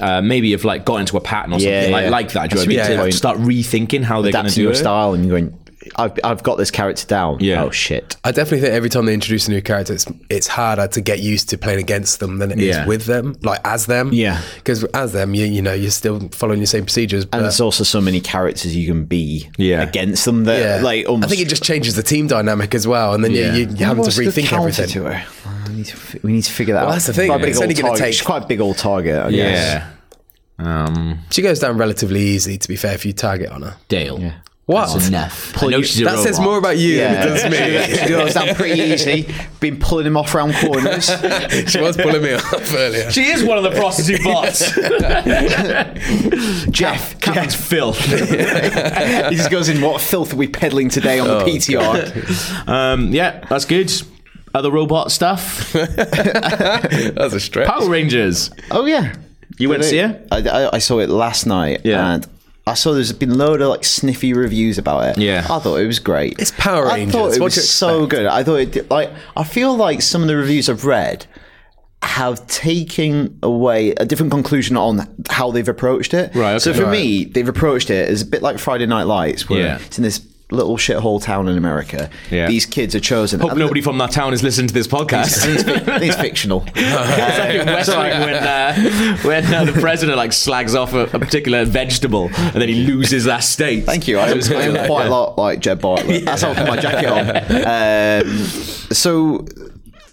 Speaker 1: uh, maybe have like got into a pattern or something
Speaker 2: Yeah,
Speaker 1: like,
Speaker 2: yeah.
Speaker 1: like that. Do you know what I
Speaker 2: That's
Speaker 1: mean?
Speaker 2: a
Speaker 1: To
Speaker 2: good point.
Speaker 1: start rethinking how they're going
Speaker 2: Adapting
Speaker 1: to do
Speaker 2: your
Speaker 1: it.
Speaker 2: style and you're going. I've I've got this character down.
Speaker 1: Yeah.
Speaker 2: Oh shit.
Speaker 3: I definitely think every time they introduce a new character, it's it's harder to get used to playing against them than it is
Speaker 1: Yeah.
Speaker 3: with them, like as them.
Speaker 2: Yeah.
Speaker 3: Because as them, you you know, you're still following your same procedures. But
Speaker 2: And there's also so many characters you can be
Speaker 1: Yeah.
Speaker 2: against them that
Speaker 3: yeah,
Speaker 2: like almost
Speaker 3: I think it just changes the team dynamic as well, and then
Speaker 1: Yeah.
Speaker 3: you, you, you're having to
Speaker 2: What's the
Speaker 3: rethink
Speaker 2: counter
Speaker 3: everything.
Speaker 2: To her? I need to, fi- we need to figure that out.
Speaker 3: that's the thing,
Speaker 2: Quite a
Speaker 3: it's
Speaker 2: big
Speaker 3: only
Speaker 2: old
Speaker 3: gonna
Speaker 2: target.
Speaker 3: take-
Speaker 2: She's quite a big old target. I guess. <laughs>
Speaker 1: Yeah. Um,
Speaker 3: She goes down relatively easy, to be fair, if you target on her.
Speaker 1: Dale.
Speaker 3: What?
Speaker 1: That's enough. I know she's a
Speaker 3: that says
Speaker 1: robot.
Speaker 3: more about you than
Speaker 2: Yeah,
Speaker 3: <laughs> it
Speaker 2: she goes down pretty easy. Been pulling him off round
Speaker 3: <laughs>
Speaker 2: corners.
Speaker 3: does me. she was pulling me off <laughs> earlier.
Speaker 1: She is one of the prostitute bots.
Speaker 2: Jeff,
Speaker 1: Captain's filth.
Speaker 2: <laughs> he just goes in. What filth are we peddling today
Speaker 3: Oh,
Speaker 2: on the PTR?
Speaker 1: Um, yeah, that's good. Other robot stuff.
Speaker 3: That's a stretch.
Speaker 1: Power Rangers.
Speaker 2: Oh yeah,
Speaker 1: You went to see
Speaker 2: Did
Speaker 1: her?
Speaker 2: it? I, I, I saw it last night.
Speaker 1: Yeah.
Speaker 2: and I saw there's been load of like sniffy reviews about it.
Speaker 1: Yeah.
Speaker 2: I thought it was great.
Speaker 3: It's Power Rangers.
Speaker 2: I thought it
Speaker 3: What do you
Speaker 2: was so
Speaker 3: expect?
Speaker 2: good. I thought it did, like I feel like some of the reviews I've read have taken away a different conclusion on how they've approached it.
Speaker 1: Right,
Speaker 2: So
Speaker 1: okay.
Speaker 2: for
Speaker 1: Right.
Speaker 2: me, they've approached it as a bit like Friday Night Lights, where
Speaker 1: Yeah.
Speaker 2: it's in this little shithole town in America.
Speaker 1: Yeah.
Speaker 2: These kids are chosen.
Speaker 1: Hope
Speaker 2: And
Speaker 1: nobody from that town is listening to this podcast.
Speaker 2: <laughs> It's,
Speaker 1: <laughs>
Speaker 2: fic- it's fictional.
Speaker 1: It's like in West Wing when, uh, when uh, the president like slags off a, a particular vegetable and then he loses that state.
Speaker 2: Thank
Speaker 1: <laughs>
Speaker 2: you. I am, I am quite a lot like Jed Bartlett. That's how I put my jacket on. Um, so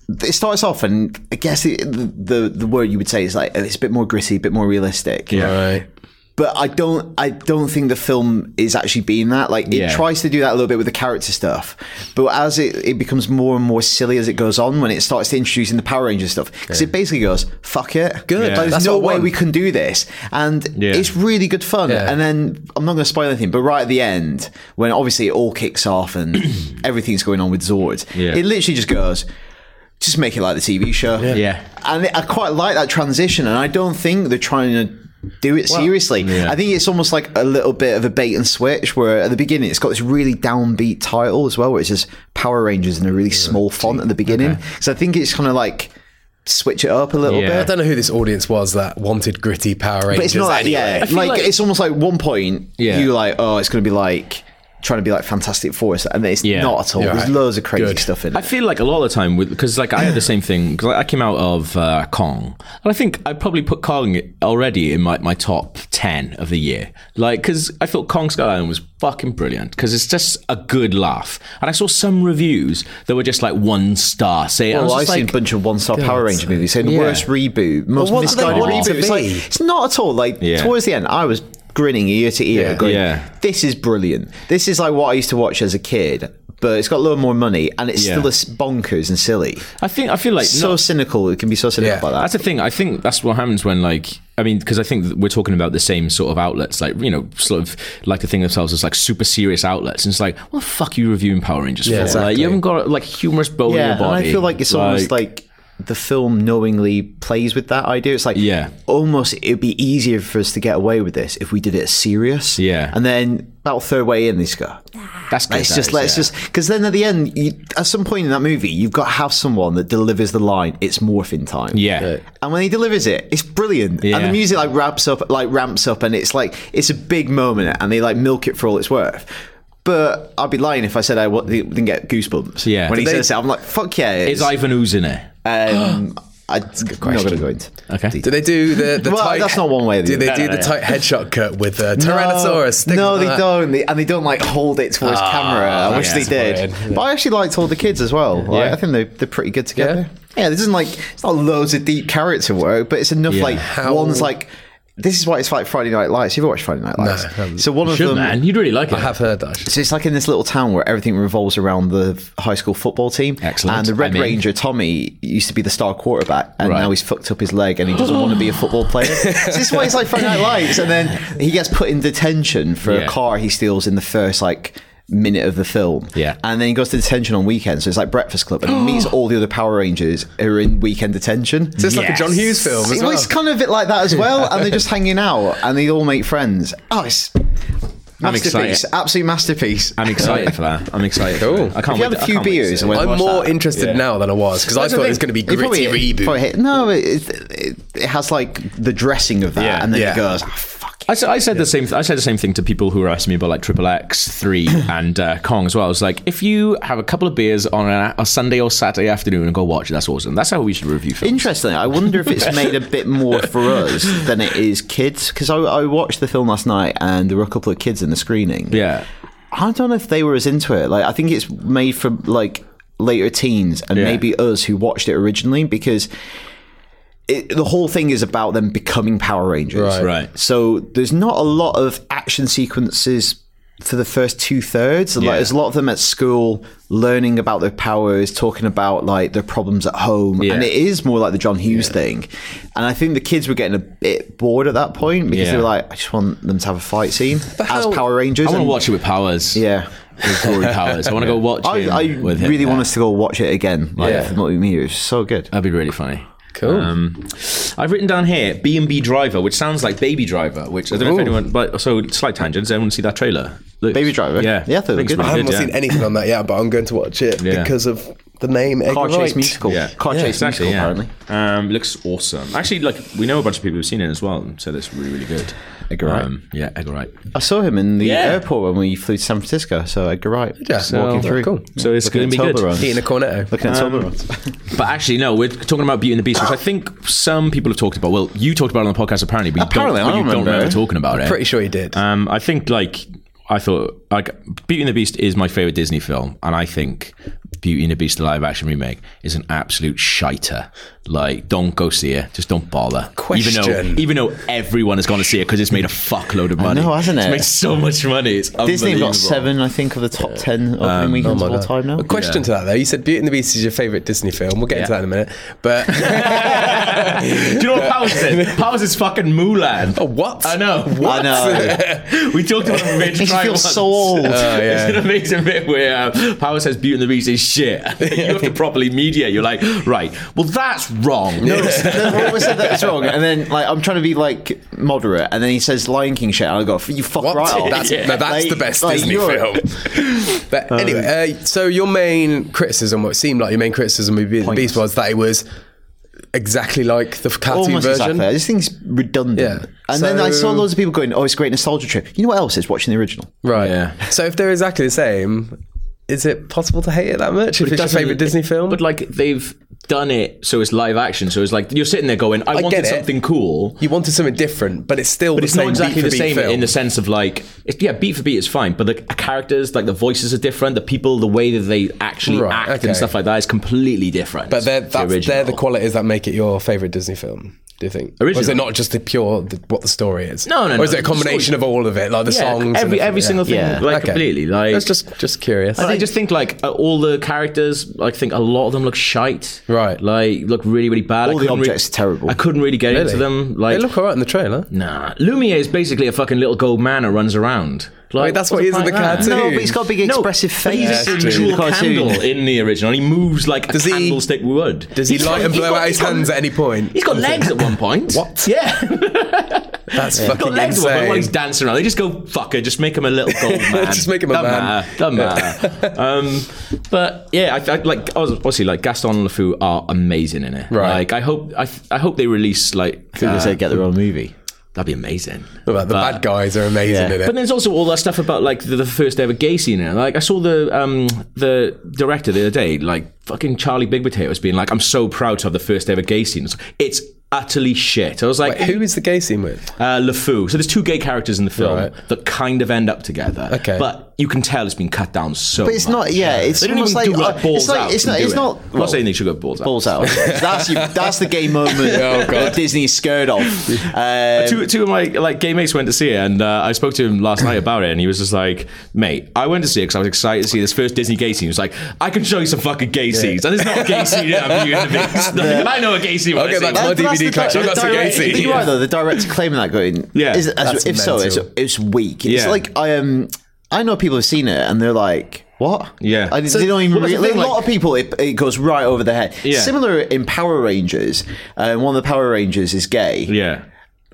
Speaker 2: it starts off, and I guess the, the the word you would say is like it's a bit more gritty, a bit more realistic.
Speaker 3: Right.
Speaker 2: But I don't I don't think the film is actually being that. Like it
Speaker 1: Yeah.
Speaker 2: tries to do that a little bit with the character stuff, but as it, it becomes more and more silly as it goes on, when it starts to introducing the Power Rangers stuff, because it basically goes fuck it.
Speaker 3: Good.
Speaker 2: Like, there's
Speaker 3: That's
Speaker 2: no
Speaker 3: what I
Speaker 2: way
Speaker 3: want.
Speaker 2: we can do this, and
Speaker 1: Yeah.
Speaker 2: it's really good fun.
Speaker 3: Yeah.
Speaker 2: And then I'm not going to spoil anything, but right at the end, when obviously it all kicks off
Speaker 3: <clears throat>
Speaker 2: and everything's going on with Zords,
Speaker 1: Yeah.
Speaker 2: it literally just goes, just make it like the TV show.
Speaker 1: Yeah.
Speaker 2: And I quite like that transition, and I don't think they're trying to. Do it seriously. I think it's almost like a little bit of a bait and switch where at the beginning it's got this really downbeat title as well, where it's just Power Rangers in a really small font at the beginning. So I think it's kind of like switch it up a little
Speaker 1: Yeah.
Speaker 2: bit.
Speaker 3: I don't know who this audience was that wanted gritty Power Rangers.
Speaker 2: But it's not like,
Speaker 3: anyway.
Speaker 2: yeah,
Speaker 1: feel
Speaker 2: like,
Speaker 1: like-
Speaker 2: it's almost like one point
Speaker 1: Yeah.
Speaker 2: you like, oh, it's going to be like trying to be like Fantastic Four, and it's
Speaker 1: Yeah.
Speaker 2: not at all.
Speaker 3: You're
Speaker 2: There's
Speaker 3: right.
Speaker 2: loads of crazy
Speaker 3: Good.
Speaker 2: stuff in
Speaker 1: I
Speaker 2: it.
Speaker 1: feel like a lot of the time with because like I had the same thing because I came out of uh, Kong and I think I probably put Kong already in my, my top ten of the year. Like because I thought Kong Skull Island was fucking brilliant because it's just a good laugh. And I saw some reviews that were just like one star. Say I
Speaker 2: Well,
Speaker 1: was
Speaker 2: I've
Speaker 1: just
Speaker 2: seen
Speaker 1: like,
Speaker 2: a bunch of one-star Power Ranger movies saying worst reboot, most
Speaker 3: what do they
Speaker 2: misguided
Speaker 3: want it
Speaker 2: reboot.
Speaker 3: to
Speaker 2: It's, like,
Speaker 3: be?
Speaker 2: it's not at all. Like
Speaker 1: Yeah.
Speaker 2: towards the end, I was grinning ear to ear,
Speaker 3: Yeah.
Speaker 2: going,
Speaker 1: Yeah.
Speaker 2: "This is brilliant. This is like what I used to watch as a kid." But it's got a little more money, and it's
Speaker 1: Yeah.
Speaker 2: still as bonkers and silly.
Speaker 1: I think I feel like
Speaker 2: So
Speaker 1: not-
Speaker 2: cynical. It can be so cynical
Speaker 3: Yeah.
Speaker 2: about that.
Speaker 1: That's the thing. I think that's what happens when, like, I mean, because I think that we're talking about the same sort of outlets, like, you know, sort of like to think of themselves as like super serious outlets. And it's like, what the fuck are you reviewing Power Rangers for? Like,
Speaker 3: exactly.
Speaker 1: you haven't got like humorous bone in your body.
Speaker 2: And I feel like it's almost like the film knowingly plays with that idea. It's like
Speaker 1: Yeah.
Speaker 2: almost it'd be easier for us to get away with this if we did it serious.
Speaker 1: Yeah.
Speaker 2: And then about third way in, they just go,
Speaker 1: that's good,
Speaker 2: let's
Speaker 1: that
Speaker 2: just
Speaker 1: is,
Speaker 2: let's
Speaker 1: yeah.
Speaker 2: just because then at the end, you, at some point in that movie, you've got to have someone that delivers the line. It's morphin time.
Speaker 1: Yeah. Yeah.
Speaker 2: And when he delivers it, it's brilliant. And
Speaker 1: Yeah.
Speaker 2: the music like ramps up, like ramps up, and it's like it's a big moment, and they like milk it for all it's worth. But I'd be lying if I said I wa- didn't get goosebumps.
Speaker 1: Yeah.
Speaker 2: When he
Speaker 1: Did they-
Speaker 2: says it, I'm like, fuck yeah. It's,
Speaker 1: Is Ivan Ooze in it? <gasps>
Speaker 2: um, I, am not going to go into.
Speaker 1: Okay.
Speaker 3: Do they do the, the
Speaker 2: Well,
Speaker 3: tight,
Speaker 2: that's not one way or the
Speaker 3: Do they
Speaker 1: other.
Speaker 3: do
Speaker 1: No, no,
Speaker 3: the
Speaker 1: no.
Speaker 3: tight headshot cut with uh, Tyrannosaurus? Things
Speaker 2: no,
Speaker 3: like
Speaker 2: they
Speaker 3: that?
Speaker 2: don't, they, and they don't like hold it towards camera. I wish
Speaker 1: uh, Ah, yeah,
Speaker 2: they
Speaker 1: it's
Speaker 2: did, but I actually liked all the kids as well. Like,
Speaker 1: Yeah.
Speaker 2: I think they, they're pretty good together. Yeah. this isn't like it's not loads of deep character work, but it's enough.
Speaker 1: Yeah.
Speaker 2: Like one's like this is why it's like Friday Night Lights. You've watched Friday Night Lights,
Speaker 1: um,
Speaker 2: so one of
Speaker 1: Should,
Speaker 2: them.
Speaker 1: man. You'd really like it.
Speaker 3: I have heard that.
Speaker 2: So it's like in this little town where everything revolves around the high school football team.
Speaker 1: Excellent.
Speaker 2: And the Red
Speaker 1: I'm in.
Speaker 2: Ranger, Tommy, used to be the star quarterback, and
Speaker 1: Right.
Speaker 2: now he's fucked up his leg and he doesn't want to be a football
Speaker 1: <laughs>
Speaker 2: player. so this is why he's like Friday Night Lights. And then he gets put in detention for
Speaker 1: Yeah.
Speaker 2: a car he steals in the first, like, minute of the film.
Speaker 1: Yeah.
Speaker 2: And then he goes to detention on weekends. So it's like Breakfast Club. And
Speaker 1: <gasps>
Speaker 2: he meets all the other Power Rangers who are in weekend detention.
Speaker 3: So it's like a John Hughes film as
Speaker 2: It
Speaker 3: well.
Speaker 2: was kind of a bit like
Speaker 1: <laughs>
Speaker 2: that as well, and they're just hanging out and they all make friends. Oh, it's masterpiece,
Speaker 1: excited.
Speaker 2: absolute masterpiece.
Speaker 1: I'm excited for that. I'm excited. for
Speaker 3: Cool.
Speaker 1: it. I can't
Speaker 2: If you
Speaker 1: wait.
Speaker 2: had a
Speaker 1: I
Speaker 2: few
Speaker 1: can't wait to
Speaker 2: beers
Speaker 1: see
Speaker 2: and
Speaker 1: it.
Speaker 2: went-
Speaker 3: I'm
Speaker 2: watch
Speaker 3: more
Speaker 2: that.
Speaker 3: interested now than I was because I
Speaker 2: That's the
Speaker 3: thought it
Speaker 2: thing.
Speaker 3: was going to be
Speaker 2: It probably-
Speaker 3: gritty
Speaker 2: it
Speaker 3: reboot.
Speaker 2: probably hit- no, it, it, it has like the dressing of that,
Speaker 1: Yeah.
Speaker 2: and then
Speaker 3: Yeah.
Speaker 2: it goes, oh, fuck
Speaker 1: I, s- I said the same. Th- I said the same thing to people who were asking me about like Triple X
Speaker 2: <coughs>
Speaker 1: Three and uh, Kong as well. I was like, if you have a couple of beers on a, a Sunday or Saturday afternoon and go watch it, that's awesome. That's how we should review films.
Speaker 2: Interestingly, I wonder if it's made a bit more for us than it is kids. Because I, I watched the film last night and there were a couple of kids in the screening.
Speaker 1: yeah,
Speaker 2: I don't know if they were as into it. Like, I think it's made for like later teens and
Speaker 1: Yeah.
Speaker 2: maybe us who watched it originally because it, the whole thing is about them becoming Power Rangers.
Speaker 3: Right.
Speaker 1: Right.
Speaker 2: So there's not a lot of action sequences for the first two thirds. Like,
Speaker 1: Yeah.
Speaker 2: there's a lot of them at school learning about their powers, talking about like their problems at home,
Speaker 1: Yeah.
Speaker 2: and it is more like the John Hughes thing. And I think the kids were getting a bit bored at that point because
Speaker 1: Yeah.
Speaker 2: they were like, I just want them to have a fight scene as
Speaker 3: how-
Speaker 2: Power Rangers.
Speaker 1: I want to
Speaker 2: and-
Speaker 1: watch it with powers.
Speaker 2: Yeah.
Speaker 1: with
Speaker 2: <laughs>
Speaker 1: Corey Powers. I want to go watch
Speaker 2: I,
Speaker 1: him
Speaker 2: I
Speaker 1: with him.
Speaker 2: really want us to go watch it again. Like,
Speaker 3: Yeah.
Speaker 2: for multimedia. It's so good.
Speaker 1: That'd be really funny.
Speaker 3: Cool.
Speaker 1: Um, I've written down here B and B Driver, which sounds like Baby Driver. Which I don't know if
Speaker 3: Ooh.
Speaker 1: anyone. But so slight tangent. Does anyone see that trailer? Looks-
Speaker 2: Baby Driver?
Speaker 1: Yeah,
Speaker 2: Yeah, I thought it
Speaker 1: Looks
Speaker 2: looked good.
Speaker 1: pretty
Speaker 3: I haven't
Speaker 1: yeah.
Speaker 3: seen anything on that yet, but I'm going to watch it
Speaker 1: Yeah.
Speaker 3: because of the name Edgar
Speaker 2: Car Chase
Speaker 3: Wright.
Speaker 2: Musical.
Speaker 1: Yeah,
Speaker 2: Car
Speaker 1: Yeah,
Speaker 2: Chase Musical,
Speaker 1: yeah.
Speaker 2: apparently.
Speaker 1: Um, looks awesome. Actually, like we know a bunch of people who've seen it as well, so that's really, really good. Um,
Speaker 2: Edgar Wright.
Speaker 1: yeah, Edgar Wright.
Speaker 2: I saw him in the
Speaker 1: Yeah.
Speaker 2: airport when we flew to San Francisco, so Edgar Wright.
Speaker 3: Yeah.
Speaker 2: Just walking
Speaker 3: So-
Speaker 2: through.
Speaker 3: cool.
Speaker 1: So it's
Speaker 2: Looking
Speaker 1: going to be
Speaker 2: at
Speaker 1: good.
Speaker 2: Toblerones.
Speaker 3: Eating a cornetto. Um,
Speaker 2: Looking at Toblerones.
Speaker 1: But actually, no, we're talking about Beauty and the Beast, which I think some people have talked about. Well, you talked about it on the podcast apparently, but you
Speaker 2: Apparently,
Speaker 1: don't,
Speaker 2: I
Speaker 1: you
Speaker 2: don't
Speaker 1: don't
Speaker 2: remember.
Speaker 1: remember talking about it.
Speaker 3: Pretty sure he did.
Speaker 1: Um, I think like I thought like Beauty and the Beast is my favorite Disney film, and I think Beauty and the Beast the live action remake is an absolute shiter. Like, don't go see it. Just don't bother. Even
Speaker 3: Question.
Speaker 1: though even though everyone is going to see it because it's made a fuckload of money.
Speaker 2: know, hasn't
Speaker 1: It's
Speaker 2: it?
Speaker 1: made so much money. It's
Speaker 2: Disney have
Speaker 1: unbelievable. Um,
Speaker 2: got seven, I think, of the top ten opening weekends of all time now.
Speaker 3: A question to that though. You said Beauty and the Beast is your favourite Disney film. We'll get into that in a minute.
Speaker 1: <laughs>
Speaker 3: But <laughs>
Speaker 1: Do you know what Powers is?
Speaker 2: <laughs>
Speaker 1: Powers is fucking Mulan.
Speaker 3: Oh, what?
Speaker 1: I
Speaker 3: <laughs>
Speaker 1: know.
Speaker 2: I know.
Speaker 1: <laughs> we talked about it. Makes
Speaker 2: Makes you feel so
Speaker 1: <laughs>
Speaker 2: old.
Speaker 3: Oh, yeah.
Speaker 1: It's an amazing bit where uh, Power says Beauty and the Beast is shit. <laughs> you
Speaker 3: <laughs>
Speaker 1: have to properly media. You're like, right, well, that's wrong.
Speaker 2: No, <laughs> no, what said that's wrong, and then like I'm trying to be like moderate, and then he says Lion King shit, and I go, "You fuck
Speaker 3: What? Oh,
Speaker 1: <laughs>
Speaker 2: right off."
Speaker 3: That's, no, that's
Speaker 2: Like-
Speaker 3: the best
Speaker 2: like,
Speaker 3: Disney
Speaker 2: you're-
Speaker 3: film. but
Speaker 1: Um,
Speaker 3: anyway, uh, so your main criticism, what seemed like your main criticism of Beauty and the Beast was that it was exactly like the cartoon
Speaker 2: Almost
Speaker 3: version.
Speaker 2: exactly. I just think it's redundant.
Speaker 3: Yeah.
Speaker 2: And then I saw
Speaker 3: So-
Speaker 2: loads of people going, "Oh, it's a great nostalgia trip." You know what else? It's watching the original.
Speaker 3: Right.
Speaker 1: Yeah.
Speaker 3: So if they're exactly the same, is it possible to hate it that much if it's your
Speaker 1: doesn't-
Speaker 3: favourite Disney film?
Speaker 1: But like they've done it, so it's live action. So it's like you're sitting there going, "I, wanted
Speaker 3: get it.
Speaker 1: something cool."
Speaker 3: you wanted something different, but it's still
Speaker 1: But
Speaker 3: the
Speaker 1: it's
Speaker 3: same
Speaker 1: not exactly the
Speaker 3: beat for beat
Speaker 1: same
Speaker 3: film.
Speaker 1: in the sense of like, it's, yeah, beat for beat is fine, but the characters, like the voices are different, the people, the way that they actually
Speaker 3: Right,
Speaker 1: act
Speaker 3: okay.
Speaker 1: and stuff like that is completely different.
Speaker 3: But they're,
Speaker 1: to
Speaker 3: that's, they're
Speaker 1: original.
Speaker 3: the qualities that make it your favourite Disney film. Do you think? Or is it
Speaker 1: Original.
Speaker 3: not just the pure the, what the story is?
Speaker 1: No, no,
Speaker 3: Or is
Speaker 1: no,
Speaker 3: it a
Speaker 1: the story-
Speaker 3: combination of all of it, like the
Speaker 1: Yeah,
Speaker 3: songs? and
Speaker 1: every
Speaker 3: everything?
Speaker 1: every
Speaker 3: Yeah.
Speaker 1: single thing,
Speaker 2: Yeah.
Speaker 1: like
Speaker 3: Okay.
Speaker 1: completely, like
Speaker 3: That's just just curious.
Speaker 1: I think- just think like uh, all the characters. I think a lot of them look shite.
Speaker 3: Right.
Speaker 1: Like look really really bad.
Speaker 2: All
Speaker 1: I
Speaker 2: the
Speaker 1: couldn't re-
Speaker 2: objects are terrible.
Speaker 1: I couldn't really get into
Speaker 3: Really?
Speaker 1: them. Like
Speaker 3: they look alright in the trailer.
Speaker 1: Nah, Lumiere is basically a fucking little gold man who runs around. Like
Speaker 3: Wait, that's what
Speaker 1: what's
Speaker 3: he is in the
Speaker 1: point that?
Speaker 3: cartoon.
Speaker 2: No, but he's got a big expressive
Speaker 1: but
Speaker 2: face.
Speaker 1: he's
Speaker 3: Yeah,
Speaker 1: an
Speaker 3: that's true.
Speaker 1: actual
Speaker 2: The cartoon.
Speaker 1: candle in the original. and He moves like a
Speaker 3: Does he-
Speaker 1: candlestick would.
Speaker 3: Does he
Speaker 1: He's
Speaker 3: light
Speaker 1: got-
Speaker 3: and
Speaker 1: he's
Speaker 3: blow
Speaker 1: got-
Speaker 3: out his
Speaker 1: he's got-
Speaker 3: hands at any point?
Speaker 1: He's got legs at one point.
Speaker 3: What?
Speaker 1: Yeah,
Speaker 3: That's
Speaker 1: he's got
Speaker 3: fucking
Speaker 1: legs at one point
Speaker 3: insane.
Speaker 1: while he's dancing around. They just go fucker, just make him a little
Speaker 3: <laughs>
Speaker 1: gold man.
Speaker 3: Just make him a
Speaker 1: Don't
Speaker 3: man.
Speaker 1: Matter. Don't matter. um, but yeah, I, I like obviously like Gaston and LeFou are amazing in it.
Speaker 3: Right.
Speaker 1: Like I hope I, I hope they release like um,
Speaker 2: Could they say get their own movie?
Speaker 1: that'd be amazing.
Speaker 3: But the bad guys are amazing
Speaker 2: Yeah.
Speaker 3: in it.
Speaker 1: But there's also all that stuff about like the, the first ever gay scene. in it. Like I saw the um, the director the other day, like fucking Charlie Big Potatoes, being like, "I'm so proud to have the first ever gay scene." It's, it's utterly shit. I was like,
Speaker 3: Who is the gay scene with?
Speaker 1: uh, LeFou. So there's two gay characters in the film
Speaker 3: Right.
Speaker 1: that kind of end up together.
Speaker 3: Okay.
Speaker 1: but you can tell it's been cut down so.
Speaker 2: But it's
Speaker 1: much.
Speaker 2: not. Yeah, it's
Speaker 1: They don't even
Speaker 2: almost like,
Speaker 1: do like
Speaker 2: uh,
Speaker 1: balls
Speaker 2: it's like
Speaker 1: out.
Speaker 2: it's
Speaker 1: and
Speaker 2: not.
Speaker 1: do
Speaker 2: It's
Speaker 1: it.
Speaker 2: not.
Speaker 1: I'm
Speaker 2: well,
Speaker 1: not saying they should go balls out.
Speaker 2: balls
Speaker 3: <laughs>
Speaker 2: out. that's you, that's the gay moment
Speaker 3: Oh,
Speaker 2: that Disney's scared
Speaker 3: <laughs>
Speaker 2: of. Um, Uh,
Speaker 1: two, two of my like gay mates went to see it, and uh, I spoke to him last night about it, and he was just like, "Mate, I went to see it because I was excited to see this first Disney gay scene." He was like, "I can show you some fucking gay scenes, and there's not a gay scene in Beauty and
Speaker 2: <laughs>
Speaker 1: the Beast. Like, I know a gay scene. when
Speaker 3: I'll
Speaker 1: I
Speaker 3: get
Speaker 1: see
Speaker 3: that
Speaker 1: it."
Speaker 3: to my DVD collection. I've got some gay
Speaker 2: direct-
Speaker 3: scenes.
Speaker 2: You're
Speaker 3: <laughs>
Speaker 2: right though. The director claiming that going,
Speaker 1: Yeah,
Speaker 2: is, as,
Speaker 3: that's
Speaker 2: if so, it's,
Speaker 3: mental.
Speaker 2: it's weak. It's
Speaker 1: Yeah.
Speaker 2: like I um, I know people have seen it and they're like, what?
Speaker 1: Yeah.
Speaker 2: I,
Speaker 1: So-
Speaker 2: they don't
Speaker 1: well,
Speaker 2: even.
Speaker 1: that's the
Speaker 2: realize.
Speaker 1: thing,
Speaker 2: a lot
Speaker 1: like-
Speaker 2: of people, it, it goes right over their head.
Speaker 1: Yeah.
Speaker 2: Similar in Power Rangers, um, one of the Power Rangers is gay.
Speaker 1: Yeah,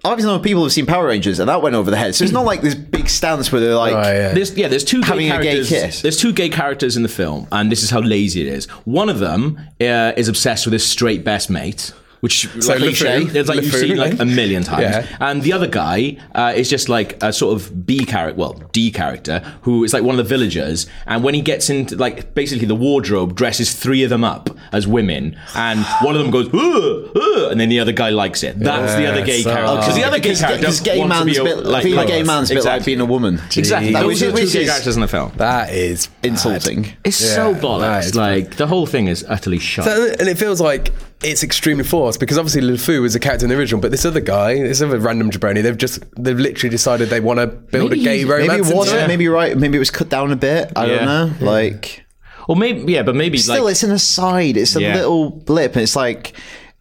Speaker 2: Obviously, people have seen Power Rangers and that went over their head. So it's not like this big stance where they're like,
Speaker 3: Right, Oh, yeah.
Speaker 1: there's yeah, there's two
Speaker 2: Having
Speaker 1: gay
Speaker 2: a gay
Speaker 1: characters.
Speaker 2: kiss.
Speaker 1: There's two gay characters in the film, and this is how lazy it is. One of them uh, is obsessed with his straight best mate. which
Speaker 3: So
Speaker 1: like,
Speaker 3: LeFou.
Speaker 1: it's like you've
Speaker 3: LeFou,
Speaker 1: seen like
Speaker 3: right?
Speaker 1: a million times.
Speaker 3: Yeah.
Speaker 1: And the other guy uh, is just like a sort of B character, well, D character, who is like one of the villagers. And when he gets into like basically the wardrobe dresses three of them up as women, and one of them goes, "Ugh, ugh," and then the other guy likes it. That's the other gay
Speaker 3: Yes,
Speaker 1: character.
Speaker 3: oh.
Speaker 1: Because Uh, the other gay
Speaker 2: Because
Speaker 1: character
Speaker 2: because gay
Speaker 1: wants to
Speaker 2: man's
Speaker 1: be a-
Speaker 2: bit like being a gay man's a bit like being a woman.
Speaker 1: Exactly.
Speaker 2: That
Speaker 1: Those
Speaker 2: was-
Speaker 1: are the two
Speaker 2: which
Speaker 1: gay
Speaker 2: is
Speaker 1: characters in the film.
Speaker 3: That is
Speaker 2: insulting.
Speaker 1: It's so
Speaker 3: Yeah, that
Speaker 1: bollocks.
Speaker 3: is-
Speaker 1: Like the whole thing is utterly shot.
Speaker 3: So- and it feels like it's extremely forced because obviously LeFou was a character in the original, but this other guy, this other random jabroni, they've just they've literally decided they want to build
Speaker 1: Maybe
Speaker 3: a gay
Speaker 1: he-
Speaker 3: romance.
Speaker 2: Maybe it
Speaker 3: into
Speaker 2: wasn't.
Speaker 3: it.
Speaker 2: Maybe you're right. Maybe it was cut down a bit. I
Speaker 1: Yeah.
Speaker 2: don't know. Like,
Speaker 1: or maybe yeah, but maybe
Speaker 2: still,
Speaker 1: like
Speaker 2: it's an aside. It's a
Speaker 1: Yeah.
Speaker 2: little blip, and it's like,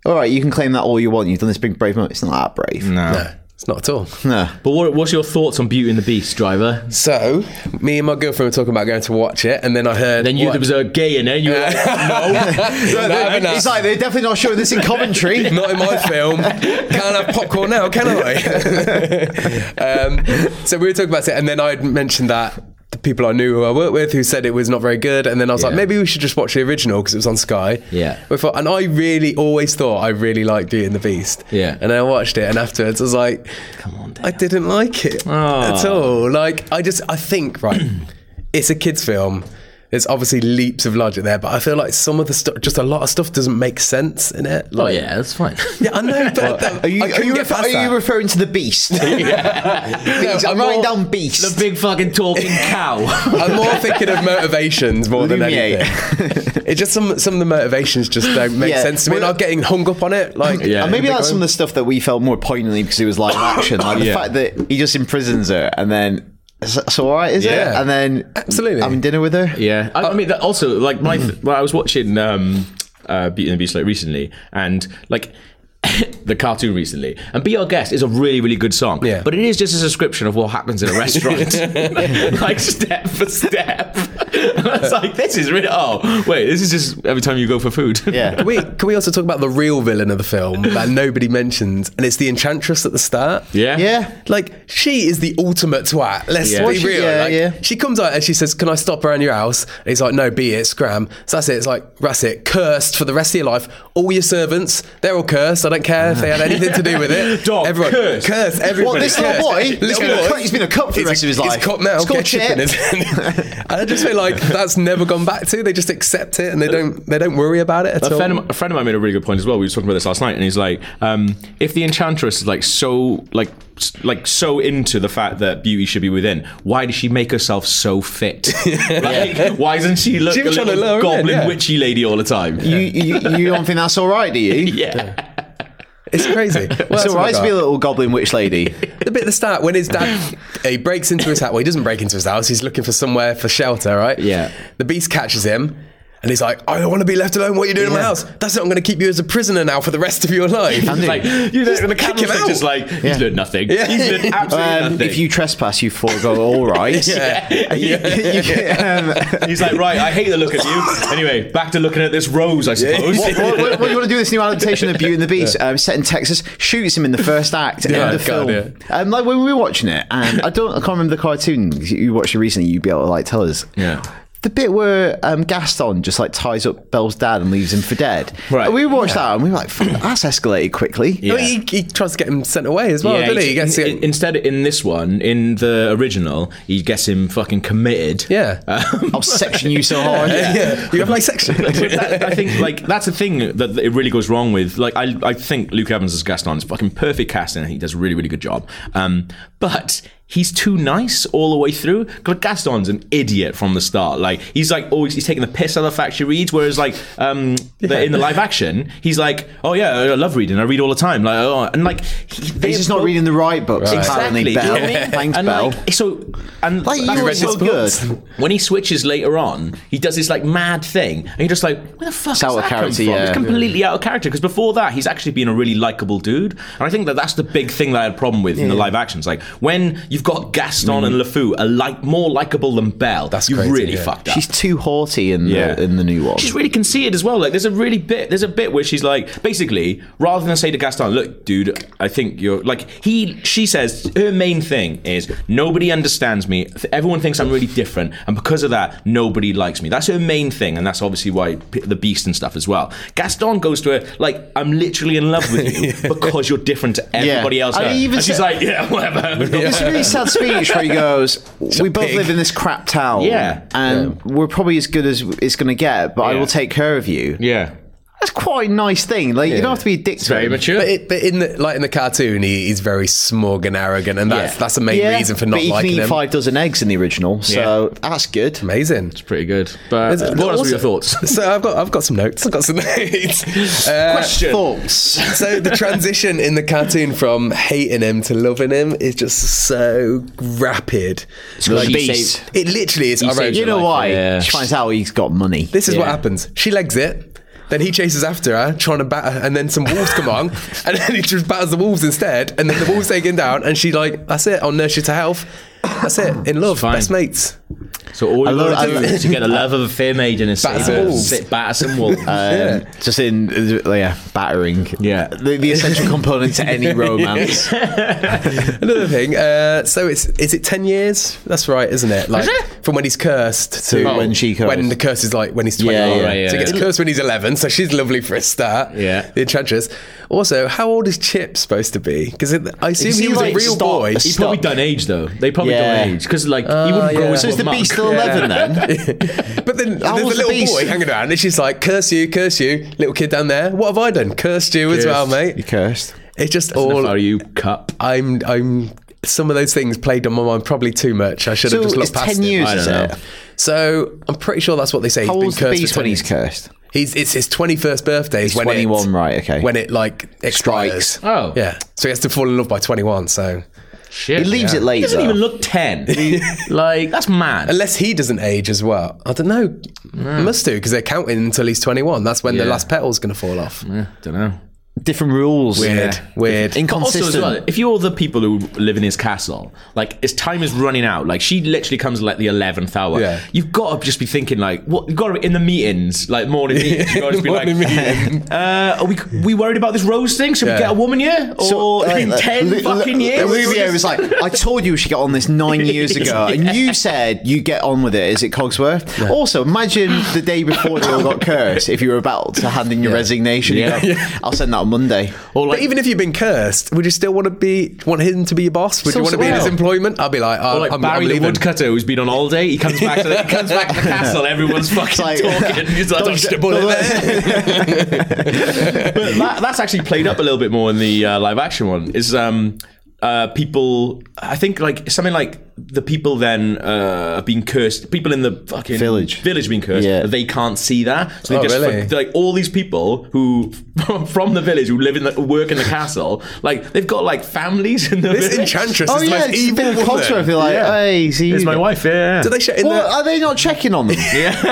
Speaker 2: all right, you can claim that all you want. You've done this big brave moment. It's not that brave. No.
Speaker 3: No, it's not at all.
Speaker 1: But what, what's your thoughts on Beauty and the Beast, driver?
Speaker 3: So me and my girlfriend were talking about going to watch it, and then I heard
Speaker 1: Then you
Speaker 3: what-
Speaker 1: there was a gay in it. You were like, no.
Speaker 3: Not having that.
Speaker 2: It's like they're definitely not showing this in
Speaker 3: <laughs>
Speaker 2: commentary.
Speaker 3: not in my film. Can't have popcorn now, can
Speaker 1: <laughs>
Speaker 3: I? um, so we were talking about it, and then I'd mentioned that the people I knew who I worked with who said it was not very good, and then I was like,
Speaker 1: Yeah.
Speaker 3: maybe we should just watch the original because it was on Sky.
Speaker 1: Yeah.
Speaker 3: We thought- and I really always thought I really liked Beauty and the Beast.
Speaker 1: Yeah.
Speaker 3: And then I watched it, and afterwards I was like,
Speaker 1: Come on, Dan.
Speaker 3: I didn't like it at all. Like, I just, I think, right, <clears throat> it's a kid's film. There's obviously leaps of logic there, but I feel like some of the stuff, just a lot of stuff doesn't make sense in it.
Speaker 1: Oh
Speaker 3: Like,
Speaker 1: yeah, that's
Speaker 3: <laughs>
Speaker 1: fine.
Speaker 3: yeah, I know. But that-
Speaker 2: Are you,
Speaker 3: I
Speaker 2: are
Speaker 3: couldn't
Speaker 2: you,
Speaker 3: get
Speaker 2: refer-
Speaker 3: past
Speaker 2: are you
Speaker 3: that.
Speaker 2: referring to the
Speaker 3: <laughs>
Speaker 2: beast? Beast.
Speaker 3: I'm
Speaker 2: I'm writing
Speaker 3: more-
Speaker 2: down beast.
Speaker 1: the big fucking talking
Speaker 3: <laughs>
Speaker 1: cow.
Speaker 2: <laughs>
Speaker 3: I'm more thinking of motivations more than
Speaker 2: Lumiere. <laughs>
Speaker 3: anything. It's just some some of the motivations just don't make
Speaker 2: Yeah,
Speaker 3: sense to me, and
Speaker 2: well-
Speaker 3: I'm getting hung up on it. Like,
Speaker 1: Yeah.
Speaker 2: and maybe
Speaker 3: Big
Speaker 2: that's some
Speaker 3: one.
Speaker 2: of the stuff that we felt more poignantly because it was
Speaker 3: <coughs>
Speaker 2: live action, like the
Speaker 1: Yeah.
Speaker 2: fact that he just imprisons her and then it's, it's all right, is it?
Speaker 3: Yeah.
Speaker 2: And then
Speaker 3: Absolutely.
Speaker 2: having dinner with her.
Speaker 1: yeah, I, I mean that also like my well, I was watching um, uh, Beauty and the Beast like recently, and like. <laughs> the cartoon recently, and "Be Our Guest" is a really, really good song.
Speaker 3: Yeah.
Speaker 1: but it is just a description of what happens in a restaurant, <laughs> like step for step. <laughs> And I was like, "This is really oh wait, this is just every time you go for food."
Speaker 2: Yeah.
Speaker 3: Can we can we also talk about the real villain of the film that nobody mentions, and it's the enchantress at the start.
Speaker 1: <laughs> yeah,
Speaker 2: Yeah.
Speaker 3: Like she is the ultimate twat. Let's
Speaker 1: Yeah.
Speaker 3: be
Speaker 2: she-
Speaker 3: real.
Speaker 2: yeah,
Speaker 3: like,
Speaker 2: yeah.
Speaker 3: She comes out and she says, "Can I stop around your house?" And he's like, "No, be it, scram." So that's it. It's like that's it. Cursed for the rest of your life. All your servants, they're all cursed. I don't care if they had anything to do with
Speaker 1: <laughs>
Speaker 3: it.
Speaker 1: Dog,
Speaker 3: everyone
Speaker 1: cursed.
Speaker 3: cursed. Everybody.
Speaker 2: Well, this little boy,
Speaker 3: cursed.
Speaker 2: he's been, a cunt, he's been a cunt for the rest of his life.
Speaker 3: He's caught now.
Speaker 2: It's called
Speaker 3: get chipping,
Speaker 2: Chip.
Speaker 3: isn't it? <laughs> and I just
Speaker 2: <laughs>
Speaker 3: feel like that's never gone back to. They just accept it and they don't. They don't worry about it at
Speaker 1: a
Speaker 3: all.
Speaker 1: friend, of, a friend of mine made a really good point as well. We were talking about this last night, and he's like, um, if the enchantress is like so, like, s- like so into the fact that beauty should be within, why does she make herself so
Speaker 3: <laughs>
Speaker 1: fit? like, why doesn't she look
Speaker 3: She
Speaker 1: a
Speaker 3: was trying to
Speaker 1: little
Speaker 3: lure her in,
Speaker 1: goblin
Speaker 3: yeah.
Speaker 1: witchy lady all the time?
Speaker 2: You, <laughs> you, you don't think that's all right, do
Speaker 3: <laughs>
Speaker 2: you?
Speaker 1: yeah,
Speaker 3: it's
Speaker 1: <laughs>
Speaker 3: crazy. What else
Speaker 2: It's
Speaker 3: have
Speaker 2: all
Speaker 3: I
Speaker 2: right to
Speaker 3: got?
Speaker 2: be a little goblin witch
Speaker 3: <laughs>
Speaker 2: lady.
Speaker 3: The bit at the start when his dad he breaks into his house. Well, he doesn't break into his house. He's looking for somewhere for shelter, right?
Speaker 1: Yeah.
Speaker 3: The beast catches him, and he's like, "I don't want to be left alone. What are you doing in my
Speaker 2: Yeah.
Speaker 3: house? That's it. I'm going to keep you as a prisoner now for the rest of your life."
Speaker 1: It's like you know, and the
Speaker 3: kick him
Speaker 1: camera's
Speaker 3: out.
Speaker 1: just like he's
Speaker 2: Yeah.
Speaker 1: learned nothing. He's
Speaker 3: <laughs>
Speaker 1: learned absolutely
Speaker 2: Um,
Speaker 1: nothing.
Speaker 2: if you trespass, you forego all rights.
Speaker 3: yeah.
Speaker 2: You <laughs> can, um,
Speaker 1: he's like, right, I hate the look of
Speaker 3: <laughs>
Speaker 1: you. Anyway, back to looking at this rose, I suppose.
Speaker 2: what, what, what, what do you want to do with this new adaptation of Beauty and the Beast? Um, set in Texas, shoots him in the first act,
Speaker 3: Yeah,
Speaker 2: end of
Speaker 3: God,
Speaker 2: film. Um, like when we were watching it, and I don't, I can't remember the cartoon 'cause you watched it recently. You'd be able to like tell us.
Speaker 1: <laughs> Yeah.
Speaker 2: The bit where um, Gaston just like ties up Belle's dad and leaves him for dead.
Speaker 1: Right.
Speaker 2: And we watched that and we were like, "Fuck, that's escalated quickly.
Speaker 3: I mean, he, he tries to get him sent away as well,
Speaker 1: Yeah,
Speaker 3: Oh, doesn't he?
Speaker 1: he-
Speaker 3: He gets
Speaker 1: in-
Speaker 3: him-
Speaker 1: in- instead in this one, in the original, he gets him fucking committed.
Speaker 3: yeah.
Speaker 2: I'll section you so
Speaker 3: <laughs>
Speaker 2: hard.
Speaker 3: yeah. You have my section.
Speaker 1: But that, I think like that's the thing that that it really goes wrong with. Like I, I think Luke Evans as Gaston is fucking perfect casting. He does a really, really good job. Um, but he's too nice all the way through. 'Cause Gaston's an idiot from the start. Like he's like always he's taking the piss out of the facts she reads. Whereas like um, the, in the live action, he's like, oh yeah, I love reading. I read all the time. Like oh, and like he,
Speaker 2: He's just not reading the right books,
Speaker 1: Exactly.
Speaker 2: apparently.
Speaker 1: Do you know
Speaker 2: Bell.
Speaker 1: what I mean?
Speaker 2: Thanks,
Speaker 1: and
Speaker 2: Bell.
Speaker 1: Like, so and
Speaker 2: Like, you
Speaker 1: that's
Speaker 2: were
Speaker 1: when-
Speaker 2: so good.
Speaker 1: when he switches later on, he does this like mad thing, and you're just like, where the fuck is
Speaker 2: out of
Speaker 1: that come
Speaker 2: character,
Speaker 1: from?
Speaker 2: yeah.
Speaker 1: It's completely out of character because before that, he's actually been a really likable dude, and I think that that's the big thing that I had a problem with in the live actions. Like when you you've got Gaston
Speaker 2: Mm.
Speaker 1: and LeFou are like more likable than Belle.
Speaker 3: That's
Speaker 1: you
Speaker 3: crazy,
Speaker 1: really
Speaker 3: yeah.
Speaker 1: fucked up.
Speaker 2: She's too haughty in
Speaker 1: Yeah.
Speaker 2: the in the new one.
Speaker 1: She's really conceited as well. Like there's a really bit there's a bit where she's like basically rather than say to Gaston, look, dude, I think you're like he she says her main thing is nobody understands me. Th- Everyone thinks I'm really different, and because of that, nobody likes me. That's her main thing, and that's obviously why P- the beast and stuff as well. Gaston goes to her like, I'm literally in love with you because you're different to everybody else.
Speaker 2: I
Speaker 1: here."
Speaker 2: even
Speaker 1: and she's
Speaker 2: said-
Speaker 1: like, yeah, whatever.
Speaker 2: It's a really sad speech where he goes, "We both
Speaker 3: pig.
Speaker 2: live in this crap town,
Speaker 1: Yeah.
Speaker 2: and we're probably as good as it's going to get, but I
Speaker 1: Yeah.
Speaker 2: will take care of you."
Speaker 1: <laughs> Yeah.
Speaker 2: That's quite a nice thing. Like you don't have to be a dick to
Speaker 1: Very
Speaker 2: him.
Speaker 1: mature.
Speaker 3: But, it, but in the, like in the cartoon, he, he's very smug and arrogant, and that's
Speaker 1: Yeah.
Speaker 3: that's the main
Speaker 2: Yeah,
Speaker 3: reason for not
Speaker 2: but you
Speaker 3: liking
Speaker 2: can eat
Speaker 3: him.
Speaker 2: five dozen eggs in the original, so that's good.
Speaker 3: Amazing.
Speaker 1: Pretty good. But
Speaker 3: There's-
Speaker 1: what else were
Speaker 3: also-
Speaker 1: your thoughts?
Speaker 3: So I've got I've got some notes. I've got some <laughs> notes. Uh,
Speaker 1: Question.
Speaker 2: Thoughts?
Speaker 3: so the transition in the cartoon from hating him to loving him is just so rapid.
Speaker 2: Like
Speaker 1: She
Speaker 2: beast.
Speaker 1: saved-
Speaker 3: It literally is. I wrote-
Speaker 1: saved
Speaker 2: You know
Speaker 1: Like,
Speaker 2: why?
Speaker 1: yeah.
Speaker 2: She finds out he's got money.
Speaker 3: This is what
Speaker 1: Yeah.
Speaker 3: happens. She legs it. Then he chases after her, trying to bat her, and then some wolves
Speaker 2: <laughs>
Speaker 3: come on, and then he just batters the wolves instead, and then the wolves take him down, and she like, that's it, I'll nurse you to health. That's it, in love,
Speaker 1: fine.
Speaker 3: best mates.
Speaker 1: So all you
Speaker 2: love-
Speaker 1: gotta do
Speaker 2: I-
Speaker 1: is you get the love of a fair maiden and
Speaker 3: Batter
Speaker 1: save
Speaker 3: some
Speaker 1: her.
Speaker 3: wolves.
Speaker 1: Sit batter some
Speaker 2: <laughs>
Speaker 1: wolves.
Speaker 2: Um, Just in, uh, yeah, battering.
Speaker 1: Yeah.
Speaker 2: the, the essential component to any romance.
Speaker 3: Another thing, uh, so it's is it ten years? That's right, isn't it? Like from when he's cursed to
Speaker 2: Oh. when she cursed.
Speaker 3: When the curse is like when he's twenty.
Speaker 2: Yeah, yeah.
Speaker 3: so
Speaker 2: Oh,
Speaker 1: right, yeah,
Speaker 3: he gets
Speaker 1: yeah.
Speaker 3: cursed when he's eleven, so she's lovely for a start.
Speaker 1: Yeah.
Speaker 3: the enchantress. Also, how old is Chip supposed to be? Because I assume he,
Speaker 2: he, <laughs>
Speaker 3: was
Speaker 2: like,
Speaker 3: a real
Speaker 2: stop-
Speaker 3: boy.
Speaker 1: He's probably
Speaker 2: Stop.
Speaker 1: done age though. They probably
Speaker 2: Yeah.
Speaker 1: done age because like he wouldn't
Speaker 3: yeah.
Speaker 1: grow as
Speaker 3: So
Speaker 2: Is the
Speaker 1: a monk.
Speaker 2: beast still
Speaker 3: Yeah.
Speaker 2: eleven then?
Speaker 3: <laughs> <laughs> but then there's a
Speaker 2: was the
Speaker 3: little
Speaker 2: beast.
Speaker 3: boy hanging around, and she's like, "Curse you, curse you, little kid down there. What have I done? Cursed you as well,
Speaker 2: You
Speaker 3: mate."
Speaker 2: cursed.
Speaker 3: It's just
Speaker 1: Enough
Speaker 3: all
Speaker 1: Are you cup?
Speaker 3: I'm. I'm. Some of those things played on my mind probably too much. I should
Speaker 2: So
Speaker 3: have just
Speaker 2: it's
Speaker 3: looked past
Speaker 2: ten
Speaker 3: it.
Speaker 2: years,
Speaker 1: I
Speaker 2: is
Speaker 1: don't
Speaker 2: it?
Speaker 1: know.
Speaker 3: So I'm pretty sure that's what they say.
Speaker 2: How
Speaker 3: he's
Speaker 2: old's
Speaker 3: been
Speaker 2: the
Speaker 3: cursed
Speaker 2: beast
Speaker 3: for
Speaker 2: when
Speaker 3: 10
Speaker 2: he's
Speaker 3: years.
Speaker 2: cursed?
Speaker 3: He's it's his 21st birthday. Is
Speaker 2: He's
Speaker 3: when
Speaker 2: 21,
Speaker 3: it,
Speaker 2: right, okay.
Speaker 3: When it like expires.
Speaker 2: Strikes.
Speaker 1: Oh.
Speaker 3: yeah. So he has to fall in love by 21. So
Speaker 1: Shit.
Speaker 2: He leaves it late.
Speaker 1: He doesn't
Speaker 2: though.
Speaker 1: even look ten. like that's mad.
Speaker 3: unless he doesn't age as well, I don't know.
Speaker 2: Hmm.
Speaker 3: Must do because they're counting until he's 21. That's when the
Speaker 1: Yeah.
Speaker 3: last petal's going to fall off.
Speaker 1: don't know.
Speaker 2: different rules.
Speaker 3: Weird. Weird.
Speaker 2: Inconsistent.
Speaker 1: Also, as well, if you're the people who live in his castle, like his time is running out. Like she literally comes like the eleventh hour.
Speaker 3: Yeah.
Speaker 1: You've got to just be thinking like, what? You've got to in the meetings, like morning meetings. You've got to be like,
Speaker 3: Morning
Speaker 1: <laughs>
Speaker 3: meeting.
Speaker 1: uh, are we we worried about this rose thing? Should
Speaker 3: Yeah.
Speaker 1: we get a woman here? Or it's
Speaker 2: uh,
Speaker 1: been ten
Speaker 2: Lu- Lu-
Speaker 1: fucking years.
Speaker 2: Rubio was like, I told you we should get on
Speaker 1: <laughs>
Speaker 2: this nine years ago, and you said you get on with it. Is it Cogsworth? Also, imagine the day before they all got cursed. If you were about to hand in your resignation, you
Speaker 1: Yeah.
Speaker 2: go, I'll send that on Monday.
Speaker 1: Or
Speaker 3: But even if you've been cursed, would you still want to be want him to be your boss? Would
Speaker 2: So-
Speaker 3: you want to
Speaker 2: so
Speaker 3: be in his
Speaker 2: well.
Speaker 3: employment? I'd be like, oh,
Speaker 1: Or like
Speaker 3: I'm,
Speaker 1: Barry
Speaker 3: I'm
Speaker 1: the
Speaker 3: leaving.
Speaker 1: woodcutter who's been on all day. He comes back to the, he comes back to the castle. Everyone's fucking
Speaker 2: like-
Speaker 1: talking. He's like, "Dodged a bullet there." but that, that's actually played up a little bit more in the uh, live action one. Is um. Uh, people, I think like something like the people then uh, being cursed. People in the fucking
Speaker 2: Village.
Speaker 1: village being cursed.
Speaker 2: Yeah.
Speaker 1: They can't see that, so they
Speaker 3: Oh,
Speaker 1: just
Speaker 3: really?
Speaker 1: they're like all these people who <laughs> from the village who live in the work in the castle. Like they've got like families in the
Speaker 3: This
Speaker 1: village.
Speaker 3: enchantress
Speaker 2: oh
Speaker 3: is the
Speaker 2: yeah,
Speaker 3: most
Speaker 2: it's a
Speaker 3: evil
Speaker 2: bit of culture.
Speaker 3: woman.
Speaker 2: If you're like, hey, see,
Speaker 1: It's
Speaker 2: you
Speaker 1: my
Speaker 2: again."
Speaker 1: wife. Yeah.
Speaker 3: Do they show in
Speaker 2: Well,
Speaker 3: the-
Speaker 2: are they not checking on them?
Speaker 1: Yeah.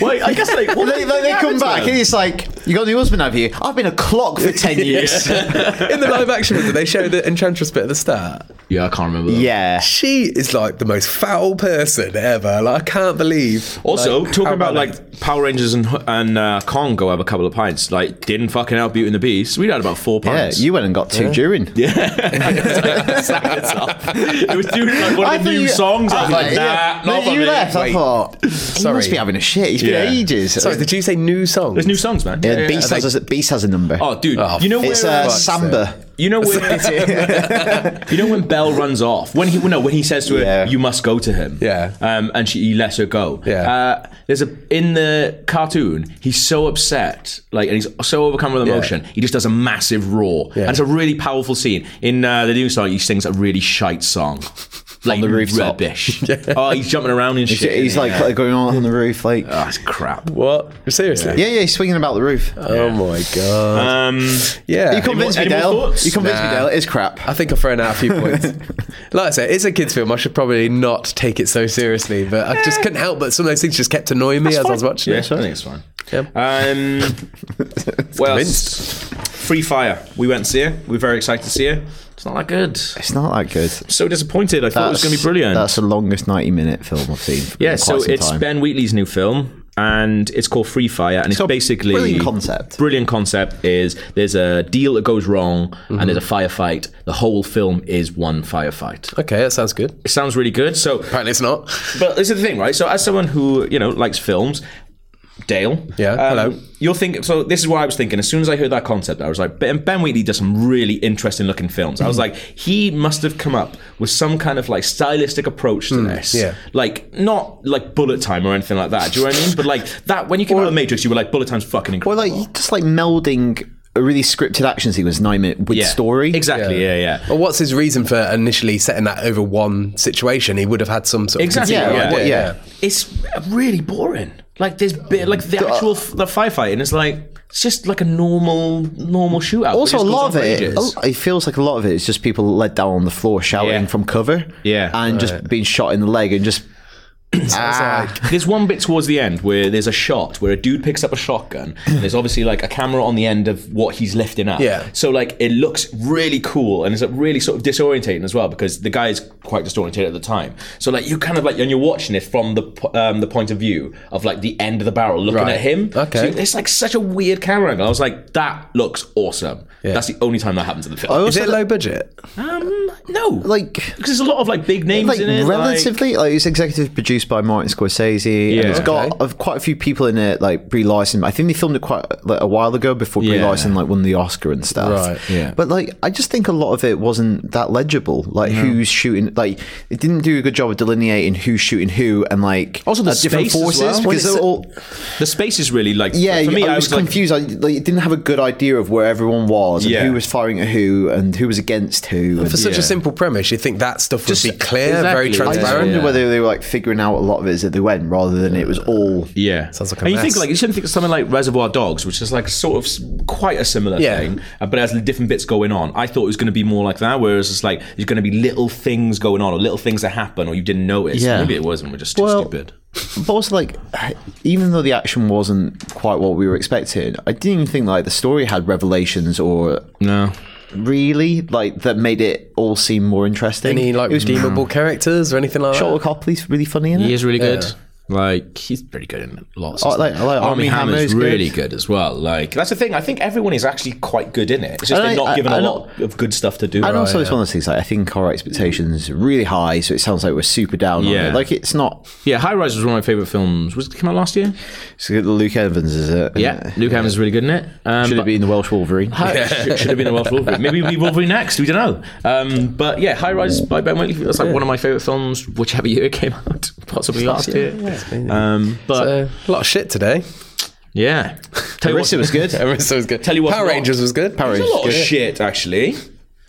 Speaker 1: well, <laughs> I guess like, <laughs>
Speaker 2: Well,
Speaker 1: what
Speaker 2: they, they, they come back and it's like, you got a new husband, have you? I've been a clock
Speaker 1: <laughs>
Speaker 2: for 10 years. yeah.
Speaker 3: in the live action one, did they show the enchantress bit at the start?
Speaker 1: yeah, I can't remember. That.
Speaker 3: She is like the most foul person ever. Like I can't believe.
Speaker 1: Also,
Speaker 3: like,
Speaker 1: talking
Speaker 3: how
Speaker 1: about
Speaker 3: bad-
Speaker 1: like Power Rangers and and uh, Kong go have a couple of pints. Like, didn't fucking help Beauty and the Beast. We had about four
Speaker 2: Yeah,
Speaker 1: pints.
Speaker 2: you went and got two during.
Speaker 1: <laughs>
Speaker 2: Yeah.
Speaker 1: it was doing like one of the new songs. I was like, nah, not for
Speaker 2: you
Speaker 1: me.
Speaker 2: left. I
Speaker 1: Wait.
Speaker 2: thought he must be having a shit. He's
Speaker 1: Yeah.
Speaker 2: been ages.
Speaker 3: Sorry, did you say new song?
Speaker 1: There's new songs, man.
Speaker 2: Yeah, Beast, has a, Beast has a number.
Speaker 1: Oh, dude, you know where
Speaker 2: it's uh,
Speaker 1: uh,
Speaker 2: Samba.
Speaker 1: you know where you know when Bell runs off when he no when he says to her,
Speaker 2: Yeah.
Speaker 1: "You must go to him."
Speaker 3: Yeah.
Speaker 1: um, and she he lets her go.
Speaker 3: Yeah.
Speaker 1: uh, there's a in the cartoon he's so upset, like, and he's so overcome with emotion, he just does a massive roar, and it's a really powerful scene. In uh, the new song, he sings a really shite
Speaker 2: <laughs>
Speaker 1: song. Like
Speaker 2: the rooftop. <laughs>
Speaker 1: rubbish. Oh, he's jumping around and shit.
Speaker 2: He's like
Speaker 1: Yeah.
Speaker 2: going on, on the roof, like
Speaker 1: oh, it's crap.
Speaker 3: what? Seriously?
Speaker 2: yeah, yeah, he's swinging about the roof.
Speaker 3: Oh my god.
Speaker 1: Um,
Speaker 3: yeah.
Speaker 2: you convinced me,
Speaker 1: any more
Speaker 2: Dale.
Speaker 1: thoughts?
Speaker 2: You convinced me,
Speaker 3: Nah.
Speaker 2: Dale. It's crap.
Speaker 3: I think I've thrown out a
Speaker 1: <laughs>
Speaker 3: few points. like I said, it's a kids' film. I should probably not take it so seriously, but I just couldn't help but some of those things just kept annoying me as I was watching
Speaker 1: yeah, I
Speaker 3: it.
Speaker 2: <laughs>
Speaker 1: think it's fine. Um, well,
Speaker 3: convinced.
Speaker 1: Free Fire. We went to see her. We were very excited to see her. It's not that good.
Speaker 2: It's not that good.
Speaker 1: So disappointed. I thought it was going to be brilliant.
Speaker 2: That's the longest 90 minute film I've seen.
Speaker 1: yeah,
Speaker 2: in
Speaker 1: so
Speaker 2: quite some
Speaker 1: it's
Speaker 2: time.
Speaker 1: Ben Wheatley's new film, and it's called Free Fire, and it's,
Speaker 2: got
Speaker 1: basically
Speaker 2: brilliant concept.
Speaker 1: Brilliant concept is there's a deal that goes wrong,
Speaker 2: Mm-hmm.
Speaker 1: and there's a firefight. The whole film is one firefight.
Speaker 3: Okay, that sounds good.
Speaker 1: It sounds really good. So
Speaker 3: Apparently, it's not.
Speaker 1: But this is the thing, right? So, as someone who you know likes films, Dale, um,
Speaker 3: Yeah, hello.
Speaker 1: You'll think so. This is what I was thinking. As soon as I heard that concept, I was like, Ben, ben Wheatley does some really interesting looking films. I was like, he must have come up with some kind of like stylistic approach to this.
Speaker 3: yeah.
Speaker 1: like not like Bullet Time or anything like that. Do you know what I mean? But like that when you came out of the Matrix, you were like, Bullet Time's fucking
Speaker 2: Or
Speaker 1: incredible.
Speaker 2: like just like melding a really scripted action sequence, nine minute with
Speaker 1: yeah,
Speaker 2: story.
Speaker 1: Exactly. Yeah, yeah.
Speaker 3: Well, what's his reason for initially setting that over one situation? He would have had some sort of
Speaker 1: Exactly.
Speaker 3: conceivable
Speaker 2: Yeah,
Speaker 3: idea.
Speaker 2: yeah.
Speaker 1: it's really boring. Like there's bit, like the actual f- the firefighting is like it's just like a normal normal shootout.
Speaker 2: Also, a
Speaker 1: just goes
Speaker 2: lot
Speaker 1: on
Speaker 2: of
Speaker 1: for
Speaker 2: it,
Speaker 1: ages.
Speaker 2: it feels like a lot of it is just people led down on the floor shouting
Speaker 1: Yeah.
Speaker 2: from cover,
Speaker 1: Yeah.
Speaker 2: and just being shot in the leg
Speaker 1: <clears throat>
Speaker 2: and just ah,
Speaker 1: There's one bit towards the end where there's a shot where a dude picks up a shotgun. And there's obviously like a camera on the end of what he's lifting up.
Speaker 3: Yeah.
Speaker 1: So like it looks really cool and it's like, really sort of disorientating as well because the guy is quite disorientated at the time. So like you kind of like and you're watching it from the po- um, the point of view of like the end of the barrel looking
Speaker 3: Right.
Speaker 1: at him.
Speaker 3: Okay.
Speaker 1: So it's like such a weird camera angle. I was like, that looks awesome. That's the only time that happens in the film.
Speaker 3: Is it low budget?
Speaker 1: um, no.
Speaker 2: Oh, like
Speaker 1: because there's a lot of like big names
Speaker 2: like
Speaker 1: in it.
Speaker 2: relatively like, it's executive produced by Martin Scorsese and
Speaker 1: Yeah.
Speaker 2: it's got uh, quite a few people in it like Brie Larson I think they filmed it quite like, a while ago before Brie
Speaker 1: Yeah.
Speaker 2: Larson like won the Oscar and stuff
Speaker 3: Right, yeah.
Speaker 2: but like I just think a lot of it wasn't that legible like who's shooting like it didn't do a good job of delineating who's shooting who and like
Speaker 1: Also the
Speaker 2: uh, different
Speaker 1: space as
Speaker 2: forces
Speaker 1: well. When
Speaker 2: because
Speaker 1: it's-
Speaker 2: they're all
Speaker 1: the space is really like
Speaker 2: yeah,
Speaker 1: For me,
Speaker 2: I, was,
Speaker 1: like,
Speaker 2: confused. I like, didn't have a good idea of where everyone was and
Speaker 1: Yeah.
Speaker 2: who was firing at who and who was against who. and-
Speaker 3: For such
Speaker 1: Yeah.
Speaker 3: a simple premise, you think that stuff would be clear,
Speaker 1: exactly.
Speaker 2: I
Speaker 3: very
Speaker 2: just
Speaker 3: transparent.
Speaker 2: wonder
Speaker 1: Yeah.
Speaker 2: whether they were like figuring out a lot of it as they went rather than it was all.
Speaker 1: Yeah,
Speaker 3: Sounds like a
Speaker 1: and you think
Speaker 3: mess.
Speaker 1: like you shouldn't think of something like Reservoir Dogs, which is like sort of s- quite a similar
Speaker 3: Yeah.
Speaker 1: thing, uh, but has different bits going on. I thought it was going to be more like that, whereas it's like there's going to be little things going on or little things that happen or you didn't notice.
Speaker 2: Yeah.
Speaker 1: maybe it wasn't. We're just too
Speaker 2: Well-
Speaker 1: stupid.
Speaker 2: But also, like, even though the action wasn't quite what we were expecting, I didn't even think like the story had revelations or
Speaker 1: No,
Speaker 2: really like that made it all seem more interesting.
Speaker 3: Any like
Speaker 2: it was
Speaker 3: redeemable characters or anything like
Speaker 2: Charlotte Copley's really funny in it.
Speaker 4: He is really good.
Speaker 3: Yeah.
Speaker 4: Like he's pretty good in lots.
Speaker 2: Oh,
Speaker 4: of
Speaker 2: like- I like Armie Hammer is
Speaker 4: Hammer's
Speaker 2: good.
Speaker 4: really good. as well. Like
Speaker 1: that's the thing. I think everyone is actually quite good in it. It's just
Speaker 2: And
Speaker 1: they're
Speaker 2: I-
Speaker 1: not
Speaker 2: I-
Speaker 1: given
Speaker 2: I
Speaker 1: a
Speaker 2: don't-
Speaker 1: lot of good stuff to do.
Speaker 2: And also, it's one of those things. Like, I think our expectations are really high, so it sounds like we're super down on
Speaker 4: Yeah.
Speaker 2: it. Like, it's not
Speaker 4: yeah, High Rise was one of my favorite films. Was it come out last year?
Speaker 2: So the Luke Evans is it?
Speaker 4: Yeah, Luke Hammer's really good in it. Um,
Speaker 2: Should
Speaker 4: but-
Speaker 2: have been the Welsh Wolverine.
Speaker 4: Hi- should, should have been a Welsh Wolverine. Maybe we'll be Wolverine next. We don't know. Um, but yeah, High Rise by Ben Wheatley. That's like one of my favorite films, whichever year it came
Speaker 1: <laughs>
Speaker 4: out, possibly last year. Um, but
Speaker 3: that? a lot of shit today.
Speaker 4: yeah, tell you what,
Speaker 2: Arista was good.
Speaker 3: Arista was good.
Speaker 1: Tell you what,
Speaker 3: Power
Speaker 1: not-
Speaker 3: Rangers was good. Power
Speaker 1: There's a lot of shit actually,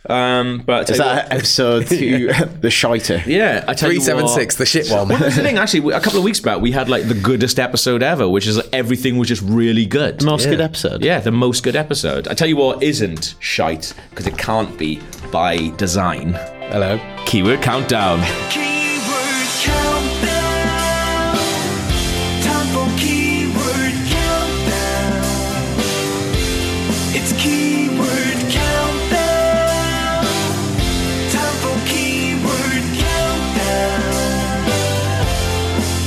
Speaker 1: um, but
Speaker 2: Is
Speaker 1: tell
Speaker 2: <laughs>
Speaker 1: you what-
Speaker 2: that episode two? the Shiter.
Speaker 4: yeah, I tell you
Speaker 3: Three seven
Speaker 4: what-
Speaker 3: six, the shit one.
Speaker 1: Well, that's the thing. Actually, we- a couple of weeks back, we had like the goodest episode ever, which is like, everything was just really good.
Speaker 2: Most good episode.
Speaker 1: Yeah, the most good episode. I tell you what isn't shite because it can't be by design.
Speaker 3: Hello.
Speaker 1: Keyword countdown.
Speaker 5: Keyword countdown. Time for keyword countdown. It's keyword countdown. Time for keyword countdown.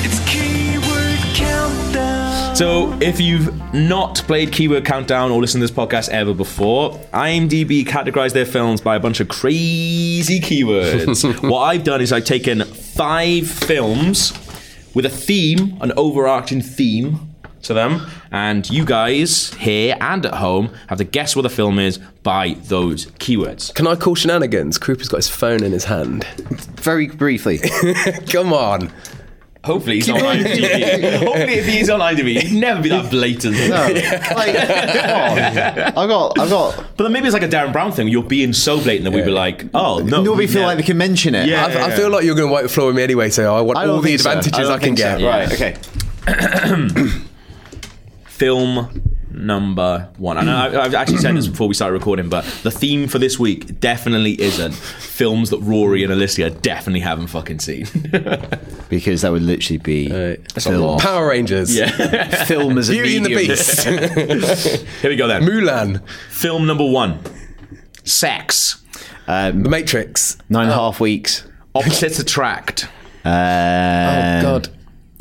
Speaker 5: It's keyword countdown.
Speaker 1: So, if you've not played Keyword Countdown or listened to this podcast ever before, IMDb categorized their films by a bunch of crazy keywords. what I've done is I've taken five films with a theme, an overarching theme to them, and you guys here and at home have to guess what the film is by those keywords.
Speaker 3: Can I call shenanigans? Cooper's got his phone in his hand.
Speaker 2: Very <laughs> briefly.
Speaker 3: Come on.
Speaker 1: Hopefully, he's on IMDb. Hopefully, if he's on IMDb, he'd never be that blatant.
Speaker 2: Oh. Like, come on. I've got. I've got.
Speaker 1: But then maybe it's like a Darren Brown thing. You're being so blatant that we'd be like, oh, no.
Speaker 2: Nobody
Speaker 1: we've
Speaker 2: feel
Speaker 1: never-
Speaker 2: like they can mention it.
Speaker 1: Yeah.
Speaker 3: I, I feel like you're going to wipe the floor with me anyway, so I want
Speaker 2: I don't
Speaker 3: all the
Speaker 2: think so.
Speaker 3: advantages
Speaker 2: don't
Speaker 3: I, can
Speaker 2: think so.
Speaker 3: get.
Speaker 2: Right. Okay.
Speaker 1: film number one. And I, I've actually said this before we started recording, but the theme for this week definitely isn't films that Rory and Alicia definitely haven't fucking seen. <laughs>
Speaker 2: because that would literally be film,
Speaker 3: Power Rangers.
Speaker 2: film as a
Speaker 3: Beauty and the
Speaker 2: medium. <laughs>
Speaker 3: Beast.
Speaker 1: Here we go then.
Speaker 3: Mulan.
Speaker 1: Film number one Sex.
Speaker 3: The Matrix.
Speaker 2: Nine and a half weeks. Um,
Speaker 1: Opposites attract.
Speaker 3: oh, God.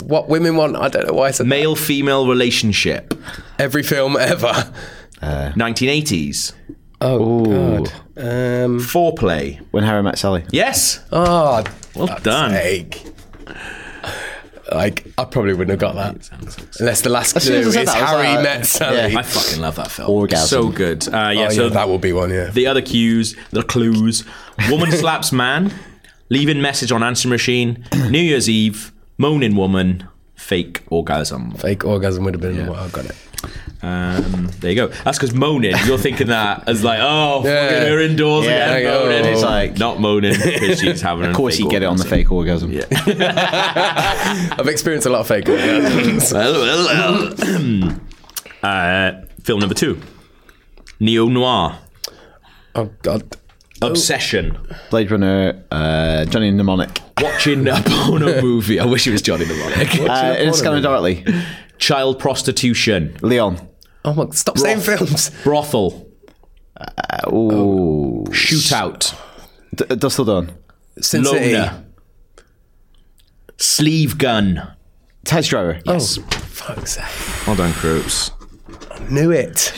Speaker 3: What women want, I don't know why I said
Speaker 1: Male female relationship.
Speaker 3: every film ever.
Speaker 1: 1980s.
Speaker 3: Oh, God. Um,
Speaker 1: Foreplay.
Speaker 2: When Harry Met Sally.
Speaker 1: Yes.
Speaker 3: oh,
Speaker 1: Well
Speaker 3: fuck's
Speaker 1: done.
Speaker 3: sake. Like, I probably wouldn't have got that. Unless the last clue
Speaker 2: soon as
Speaker 3: is
Speaker 2: I said that, I was
Speaker 3: Harry
Speaker 2: like,
Speaker 3: met Sally.
Speaker 1: I fucking love that film.
Speaker 2: Orgasm.
Speaker 1: So good. Uh, yeah,
Speaker 3: Oh,
Speaker 1: so
Speaker 3: yeah, that will be one, yeah.
Speaker 1: the other cues, the clues.
Speaker 2: <laughs>
Speaker 1: Woman slaps man, leaving message on answer
Speaker 2: <clears throat>
Speaker 1: machine, New Year's Eve, moaning woman, fake orgasm.
Speaker 3: Fake orgasm would have been what I got it.
Speaker 1: Um, there you go. That's because moaning, you're thinking that as like,
Speaker 2: <laughs>
Speaker 1: oh,
Speaker 3: Yeah.
Speaker 1: fucking her indoors again,
Speaker 2: Yeah,
Speaker 3: I know.
Speaker 1: moaning.
Speaker 3: It's
Speaker 2: like-
Speaker 1: Not moaning because she's having
Speaker 2: <laughs> Of course, you get it on the fake orgasm. Yeah.
Speaker 3: I've experienced a lot of fake orgasms.
Speaker 1: <laughs> <clears throat> uh, film number two Neo Noir,
Speaker 3: oh, God.
Speaker 1: Obsession.
Speaker 2: Blade Runner, uh, Johnny Mnemonic,
Speaker 1: Watching a <laughs> porno movie. I wish it was Johnny Mnemonic.
Speaker 2: <laughs> uh, in a scanner darkly, <laughs>
Speaker 1: Child prostitution,
Speaker 2: Leon.
Speaker 3: Oh, my, stop saying films.
Speaker 1: brothel,
Speaker 2: Ooh,
Speaker 1: Oh, shootout.
Speaker 2: Oh, D- uh, Dustle Dawn,
Speaker 3: Sin City.
Speaker 1: Loner. Sleeve gun.
Speaker 2: Taxi Driver,
Speaker 3: Yes. Oh, fuck's sake.
Speaker 2: Oh.
Speaker 1: Well done, Croops.
Speaker 3: Knew it.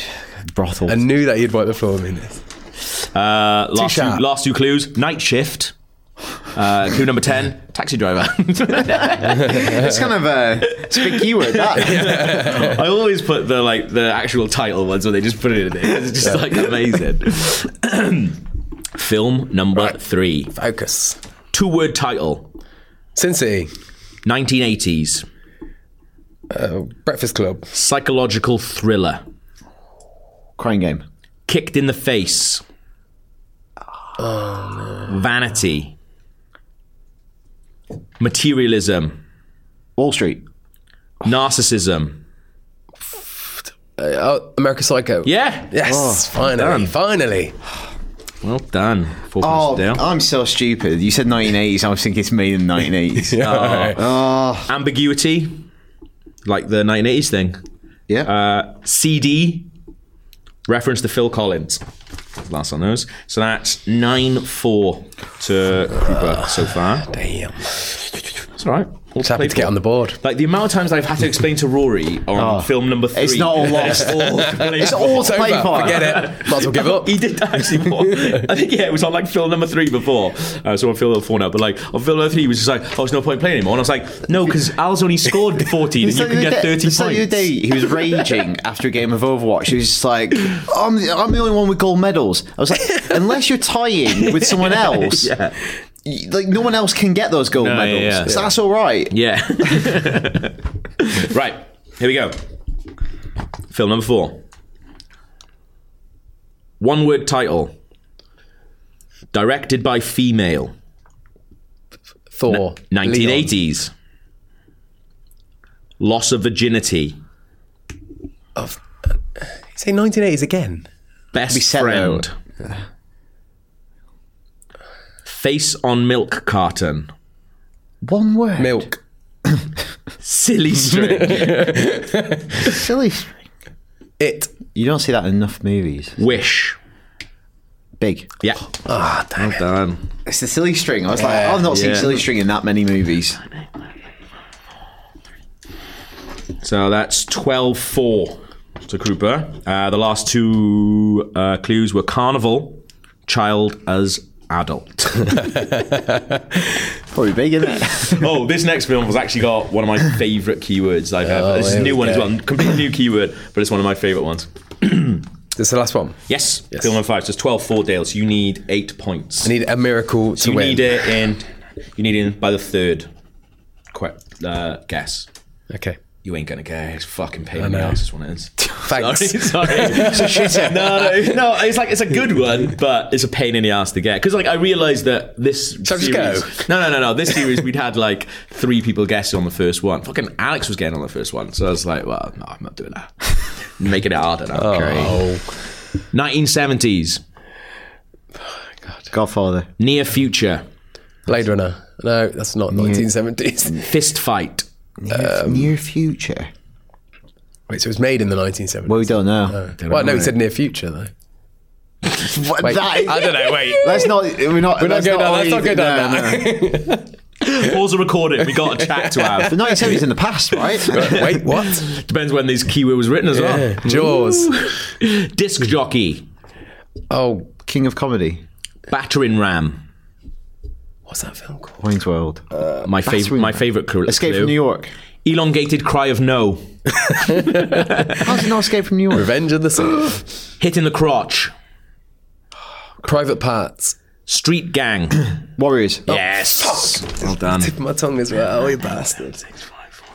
Speaker 2: Brothel.
Speaker 3: I knew that you'd wipe the floor with me. Nick.
Speaker 1: Uh, last, two,
Speaker 3: sharp.
Speaker 1: last two clues. Night shift. Uh, clue number 10, taxi driver. <laughs>
Speaker 2: it's kind of <laughs> a it's a big keyword. That.
Speaker 1: I always put the like the actual title ones where they just put it in there. 'cause It's just like amazing. <clears throat> Film number three.
Speaker 3: Focus.
Speaker 1: Two word title.
Speaker 3: Sin City.
Speaker 1: 1980s.
Speaker 3: Breakfast Club.
Speaker 1: Psychological thriller.
Speaker 2: Crying Game,
Speaker 1: Kicked in the face. Vanity. Materialism.
Speaker 2: Wall Street,
Speaker 1: Narcissism.
Speaker 3: Oh, America Psycho.
Speaker 1: Yeah.
Speaker 3: Yes, Oh, finally, <laughs> finally.
Speaker 1: Well done. Four
Speaker 2: Oh,
Speaker 1: points down.
Speaker 2: I'm so stupid. You said 1980s. I was thinking it's made in 1980s. yeah.
Speaker 1: Ambiguity. Like the 1980s thing. Uh, CD. Reference to Phil Collins. Last on those. So that's 9 4 to Cooper so far.
Speaker 3: Damn.
Speaker 1: That's all right. We'll
Speaker 3: Just happy to get on the board.
Speaker 1: Like the amount of times I've had to explain to Rory on film number three.
Speaker 2: Oh.
Speaker 1: <laughs>
Speaker 2: It's not all lost.
Speaker 1: it's
Speaker 2: all
Speaker 3: It's
Speaker 2: Play
Speaker 3: over.
Speaker 2: for it.
Speaker 3: Forget it. Might as well
Speaker 1: <laughs>
Speaker 3: give up.
Speaker 1: He did that actually.
Speaker 2: <laughs>
Speaker 1: More. I think yeah, it was on like film number three before. Uh, so on film number four now, but like on film number three, he was just like, "Oh, there's no point playing anymore." And I was like, "No, because Al's only scored 14, and you can get 30
Speaker 2: The other day,
Speaker 1: points."
Speaker 2: he
Speaker 1: <laughs>
Speaker 2: was raging after a game of Overwatch. He was just like, I'm, I'm the only one with gold medals.
Speaker 1: <laughs>
Speaker 2: I was like, unless you're tying with someone else,
Speaker 1: Yeah.
Speaker 2: y- like no one else can get those gold
Speaker 1: yeah,
Speaker 2: medals.
Speaker 1: yeah.
Speaker 2: So that's all right.
Speaker 1: Yeah. <laughs> right. Here we go. Film number four. One word title. Directed by female.
Speaker 2: Oh,
Speaker 3: Thor.
Speaker 1: 1980s. Loss of virginity.
Speaker 3: Say 1980s again.
Speaker 1: Best
Speaker 2: set
Speaker 1: friend. Face on milk carton.
Speaker 2: One word.
Speaker 3: Milk.
Speaker 1: Silly <laughs> string.
Speaker 2: Silly.
Speaker 3: It.
Speaker 2: You don't see that in enough movies.
Speaker 1: Wish.
Speaker 2: Big.
Speaker 1: Yeah.
Speaker 3: Ah, damn it.
Speaker 1: Done.
Speaker 2: It's the silly string. I was like, I've not seen
Speaker 1: Yeah.
Speaker 2: silly string in that many movies.
Speaker 1: So that's 12 4 to Krupa. Uh, the last two uh, clues were carnival, child as adult.
Speaker 2: Probably big, isn't
Speaker 1: <laughs>
Speaker 2: it?
Speaker 1: oh, this next film has actually got one of my favourite keywords I've ever. This is a
Speaker 3: Oh, here
Speaker 1: new
Speaker 3: we
Speaker 1: one as
Speaker 3: go.
Speaker 1: well. Completely new keyword, but it's one of my favourite ones.
Speaker 3: That's the last one.
Speaker 1: Yes, film number five. So it's 12 4 Dale, so you need eight points.
Speaker 3: I need a miracle to
Speaker 1: you
Speaker 3: win.
Speaker 1: need it in. You need it in by the third. Quite uh, guess.
Speaker 3: Okay.
Speaker 1: You ain't gonna guess. Fucking pain in
Speaker 3: I
Speaker 1: the
Speaker 3: know.
Speaker 1: ass is what it is.
Speaker 3: Thanks.
Speaker 1: <laughs> sorry, sorry. no, no, no. It's like it's a good one, but it's a pain in the ass to get. Because like I realised that this
Speaker 3: I just
Speaker 1: series,
Speaker 3: go?
Speaker 1: no, no, no, no. This series we'd had like three people guessing on the first one. Fucking Alex was getting on the first one, so I was like, well, no, I'm not doing that. <laughs> making it harder now.
Speaker 3: Oh,
Speaker 1: 1970s,
Speaker 2: <laughs> Godfather.
Speaker 1: near future,
Speaker 3: Blade Runner. No, that's not 1970s.
Speaker 1: fist fight.
Speaker 2: Near, near future.
Speaker 3: <laughs> Wait, so it was made in the 1970s.
Speaker 2: Well, we don't know.
Speaker 3: Well, no, he said near future though.
Speaker 2: What,
Speaker 3: Wait,
Speaker 2: that-
Speaker 3: I don't
Speaker 1: <laughs>
Speaker 3: know. Wait,
Speaker 2: Let's not. We're not.
Speaker 3: we're not
Speaker 2: let's
Speaker 3: going down. Let's
Speaker 2: leave
Speaker 3: not go
Speaker 2: it-
Speaker 3: down
Speaker 2: no,
Speaker 3: that.
Speaker 2: no.
Speaker 1: Pause the recording. We got a chat to have.
Speaker 2: The 1970s in the <laughs> past, right?
Speaker 3: <laughs> Wait, what?
Speaker 1: Depends when this keyword was written as well.
Speaker 3: Jaws.
Speaker 1: Disc jockey,
Speaker 3: Oh,
Speaker 2: King of comedy.
Speaker 1: battering ram.
Speaker 3: what's that film called?
Speaker 2: Wayne's World.
Speaker 1: My favorite.
Speaker 2: Battering
Speaker 1: My
Speaker 2: Ram.
Speaker 1: favorite clue.
Speaker 2: Escape
Speaker 1: clue.
Speaker 2: from New York.
Speaker 1: Elongated cry of no.
Speaker 2: How's it not Escape from New York?
Speaker 3: Revenge of the Sith. <gasps>
Speaker 1: Hit in the crotch.
Speaker 3: Private Parts.
Speaker 1: Street
Speaker 2: <coughs>
Speaker 1: gang.
Speaker 2: Oh, Warriors.
Speaker 1: yes. Well done.
Speaker 3: Tip of my tongue as well. Oh, you bastard.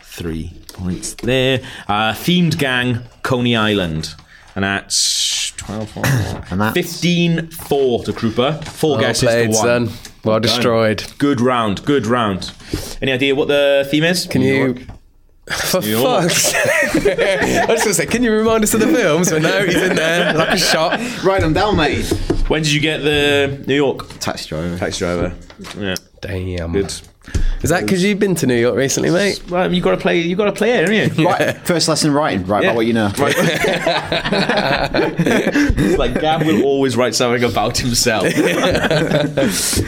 Speaker 1: Three points there. Uh, themed gang, Coney Island. And that's 12,
Speaker 2: <coughs> And that's-
Speaker 1: 15 4 to Krupa. Four
Speaker 3: Well
Speaker 1: guesses
Speaker 3: played,
Speaker 1: to one.
Speaker 3: son. Well
Speaker 1: done.
Speaker 3: destroyed.
Speaker 1: Good round, good round. Any idea what the theme is?
Speaker 3: Can you? For
Speaker 1: York.
Speaker 3: fuck's sake. <laughs> I was going to say, can you remind us of the films? But no, he's in there like a shot.
Speaker 2: Write them down, mate.
Speaker 1: When did you get the New York
Speaker 2: Taxi driver.
Speaker 1: taxi driver? Yeah,
Speaker 3: Damn.
Speaker 1: good.
Speaker 3: Is that because you've been to New York recently, mate?
Speaker 1: Well, you got to play. You got to play it, haven't you?
Speaker 2: Right. First lesson writing. Write
Speaker 1: Yeah.
Speaker 2: about what you know.
Speaker 1: It's <laughs> like Gab will always write something about <laughs> himself.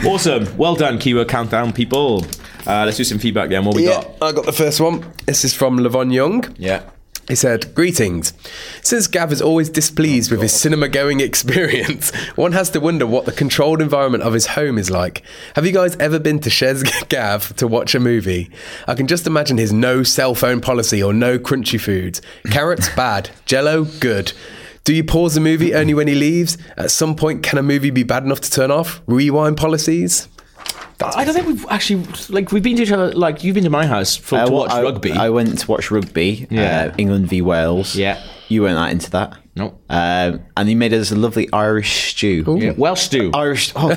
Speaker 1: awesome. Well done, keyword countdown people. Uh, let's do some feedback then. What we got?
Speaker 3: I got the first one. This is from Levon Young.
Speaker 1: Yeah.
Speaker 3: He said, Greetings. Since Gav is always displeased with his cinema going experience, <laughs> one has to wonder what the controlled environment of his home is like. Have you guys ever been to Chez <laughs> Gav to watch a movie? I can just imagine his no cell phone policy or no crunchy foods. Carrots, <laughs> bad. Jello, good. Do you pause the movie only when he leaves? At some point, can a movie be bad enough to turn off? Rewind policies?
Speaker 1: I don't think we've actually like we've been to each other. Like you've been to my house for,
Speaker 2: Uh,
Speaker 1: to
Speaker 2: well,
Speaker 1: watch
Speaker 2: I,
Speaker 1: rugby.
Speaker 2: I went to watch rugby.
Speaker 1: Yeah.
Speaker 2: Uh, England v Wales.
Speaker 1: Yeah.
Speaker 2: You weren't that into that.
Speaker 1: Nope.
Speaker 2: Um, and he made us a lovely Irish stew.
Speaker 1: yeah. Welsh do.
Speaker 2: Irish.
Speaker 1: <laughs>
Speaker 2: Oh,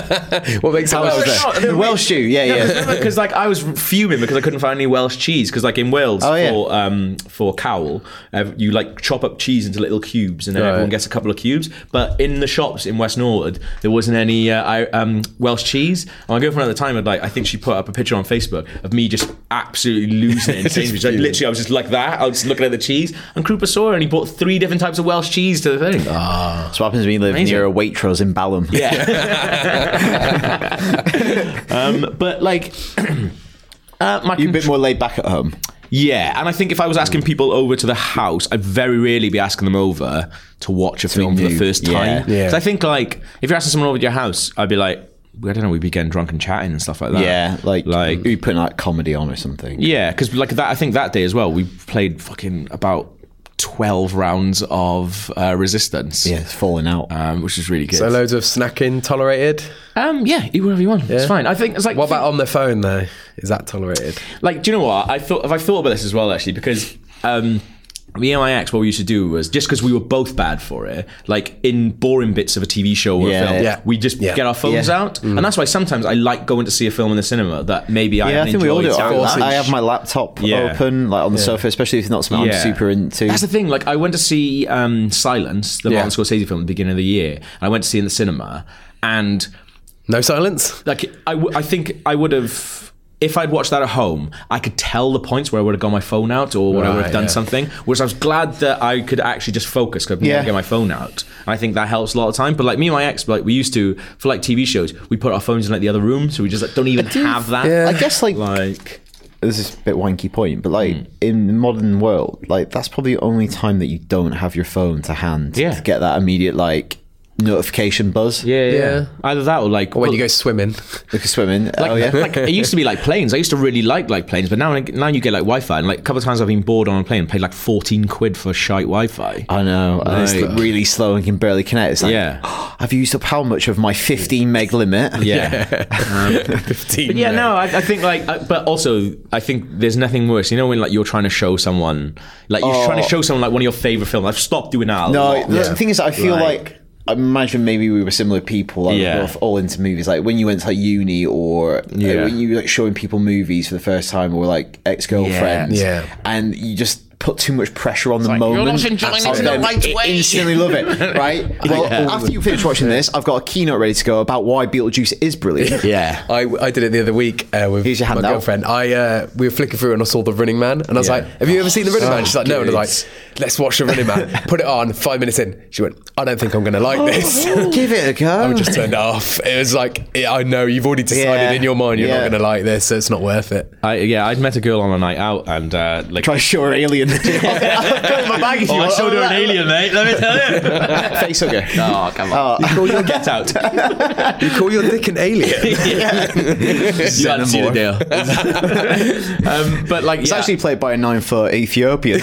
Speaker 3: What makes it
Speaker 2: How was
Speaker 3: Welsh?
Speaker 2: that? The Welsh stew.
Speaker 1: <laughs>
Speaker 2: Yeah, yeah.
Speaker 1: because like I was fuming because I couldn't find any Welsh cheese because like in Wales
Speaker 2: Oh, yeah.
Speaker 1: for um for cowl uh, you like chop up cheese into little cubes and then
Speaker 3: Right.
Speaker 1: everyone gets a couple of cubes but in the shops in West Norwood there wasn't any uh, I, um, Welsh cheese and my girlfriend at the time had like I think she put up a picture on Facebook of me just absolutely losing
Speaker 2: <laughs>
Speaker 1: it in Sainsbury's like, literally I was just like that I was just looking at the cheese and Krupa saw it and he bought three different types of Welsh cheese to
Speaker 2: <laughs>
Speaker 1: the thing
Speaker 2: That's what happens when you live near a Waitrose in Balham.
Speaker 1: yeah. um, but like, <clears throat> uh, my
Speaker 2: <laughs> You're a
Speaker 1: contr-
Speaker 2: bit more laid back at home.
Speaker 1: yeah, and I think if I was asking people over to the house, I'd very rarely be asking them over to watch a film for the
Speaker 2: new,
Speaker 1: first
Speaker 2: yeah.
Speaker 1: time.
Speaker 3: Yeah.
Speaker 1: 'Cause I think like if you're asking someone over to your house, I'd be like, I don't know, we'd be getting drunk and chatting and stuff like that.
Speaker 2: Yeah, like,
Speaker 1: like
Speaker 2: you putting like comedy on or something.
Speaker 1: yeah, because like that, I think that day as well, we played fucking about. 12 rounds of uh, resistance
Speaker 2: Yeah, it's falling out.
Speaker 1: um, which is really good
Speaker 3: So loads of snacking tolerated.
Speaker 1: um yeah eat whatever you want it's fine I think it's like
Speaker 3: What about on the phone though? Is that tolerated?
Speaker 1: like do you know what I thought have I thought about this as well actually because um me and my ex, what we used to do was just because we were both bad for it, like in boring bits of a TV show or
Speaker 2: Yeah,
Speaker 1: a film,
Speaker 2: yeah.
Speaker 1: we just
Speaker 3: Yeah.
Speaker 1: get our phones
Speaker 2: Yeah. Mm.
Speaker 1: out, and that's why sometimes I like going to see a film in the cinema that maybe I
Speaker 2: yeah, I
Speaker 1: haven't
Speaker 2: think we all do.
Speaker 1: enjoyed
Speaker 2: I,
Speaker 1: down that.
Speaker 2: I have my laptop
Speaker 1: Yeah.
Speaker 2: open, like on the sofa, especially if it's not something
Speaker 1: Yeah.
Speaker 2: I'm super into.
Speaker 1: That's the thing. Like, I went to see um, Silence, the
Speaker 3: Yeah.
Speaker 1: Martin Scorsese film, at the beginning of the year, and I went to see it in the cinema, and
Speaker 3: No silence?
Speaker 1: like I, w- I think I would have if I'd watched that at home, I could tell the points where I would have got my phone out or when I would
Speaker 3: Right,
Speaker 1: have done
Speaker 3: yeah.
Speaker 1: something. Whereas I was glad that I could actually just focus because I
Speaker 2: Yeah.
Speaker 1: never get my phone out. And I think that helps a lot of time. But like me and my ex, like we used to for like TV shows, we put our phones in like the other room, so we just like don't even have that.
Speaker 3: yeah.
Speaker 2: I guess like,
Speaker 1: Like
Speaker 2: this is a bit wanky point, but
Speaker 1: Hmm.
Speaker 2: like in the modern world, like that's probably the only time that you don't have your phone to hand
Speaker 1: Yeah.
Speaker 2: to get that immediate like notification buzz.
Speaker 1: yeah, yeah,
Speaker 3: Yeah.
Speaker 1: Either that or like
Speaker 3: Or when you go <laughs> swimming.
Speaker 2: Like swimming.
Speaker 1: Like,
Speaker 2: oh yeah.
Speaker 1: <laughs> like it used to be like planes. I used to really like like planes, but now now you get like Wi-Fi. And like a couple of times I've been bored on a plane and paid like fourteen quid for shite Wi-Fi.
Speaker 2: <laughs>
Speaker 3: Uh,
Speaker 2: I know. and it's like really slow and can barely connect. It's like,
Speaker 1: Yeah.
Speaker 2: <gasps> I've used up how much of my 15 meg
Speaker 1: <laughs>
Speaker 2: limit?
Speaker 1: yeah. But yeah, no, I, I think like, I, but also, I think there's nothing worse. You know when like you're trying to show someone, like you're trying to show someone like one of your favorite films. I've stopped doing that. a
Speaker 2: Oh. No,
Speaker 1: lot.
Speaker 2: the thing is, I feel like, I imagine maybe we were similar people. Like,
Speaker 1: Yeah.
Speaker 2: we were all into movies. Like when you went to like, uni, or uh,
Speaker 1: Yeah.
Speaker 2: when you were like, showing people movies for the first time, or like ex girlfriends.
Speaker 3: Yeah. Yeah.
Speaker 2: and you just put too much pressure on the
Speaker 1: like, "You're
Speaker 2: moment.
Speaker 1: not enjoying this
Speaker 2: of
Speaker 1: in the
Speaker 2: them
Speaker 1: right way."
Speaker 2: Instantly love
Speaker 1: <laughs>
Speaker 2: it, right? Well, after you finish watching this, I've got a keynote ready to go about why Beetlejuice is
Speaker 1: <laughs>
Speaker 2: brilliant.
Speaker 1: Yeah.
Speaker 3: <laughs> I, I did it the other week uh, with
Speaker 2: Here's your hand
Speaker 3: my
Speaker 2: out.
Speaker 3: girlfriend. I uh, we were flicking through and I saw the Running Man, and I was
Speaker 1: Yeah. Oh,
Speaker 3: like, "Have you ever seen the Running Man?" She's like, "No," and I was like, "Let's watch the Running Man." Put it on. Five minutes in, she went, "I don't think I'm going to like this." <laughs>
Speaker 2: Give it a go.
Speaker 3: I just turned it off. It was like, yeah, I know you've already decided
Speaker 2: Yeah.
Speaker 3: in your mind you're
Speaker 2: Yeah.
Speaker 3: not going to like this, so it's not worth it.
Speaker 1: I, yeah, I'd met a girl on a night out and uh, like.
Speaker 2: Try to show
Speaker 1: <laughs>
Speaker 2: her <laughs>
Speaker 3: <laughs>
Speaker 2: alien. I've got it in my bag if you
Speaker 1: Oh, I
Speaker 2: want.
Speaker 1: showed her an
Speaker 2: Oh,
Speaker 1: alien, mate. Let me tell you. <laughs>
Speaker 2: Face hugger.
Speaker 1: Oh, come on.
Speaker 2: Oh.
Speaker 3: Call your,
Speaker 1: Get
Speaker 2: <laughs>
Speaker 1: out. <laughs>
Speaker 3: you call your dick an alien.
Speaker 1: you had to see the deal. <laughs> um, but like,
Speaker 2: It's
Speaker 1: yeah,
Speaker 2: actually played by a nine
Speaker 1: <laughs>
Speaker 2: foot Ethiopian.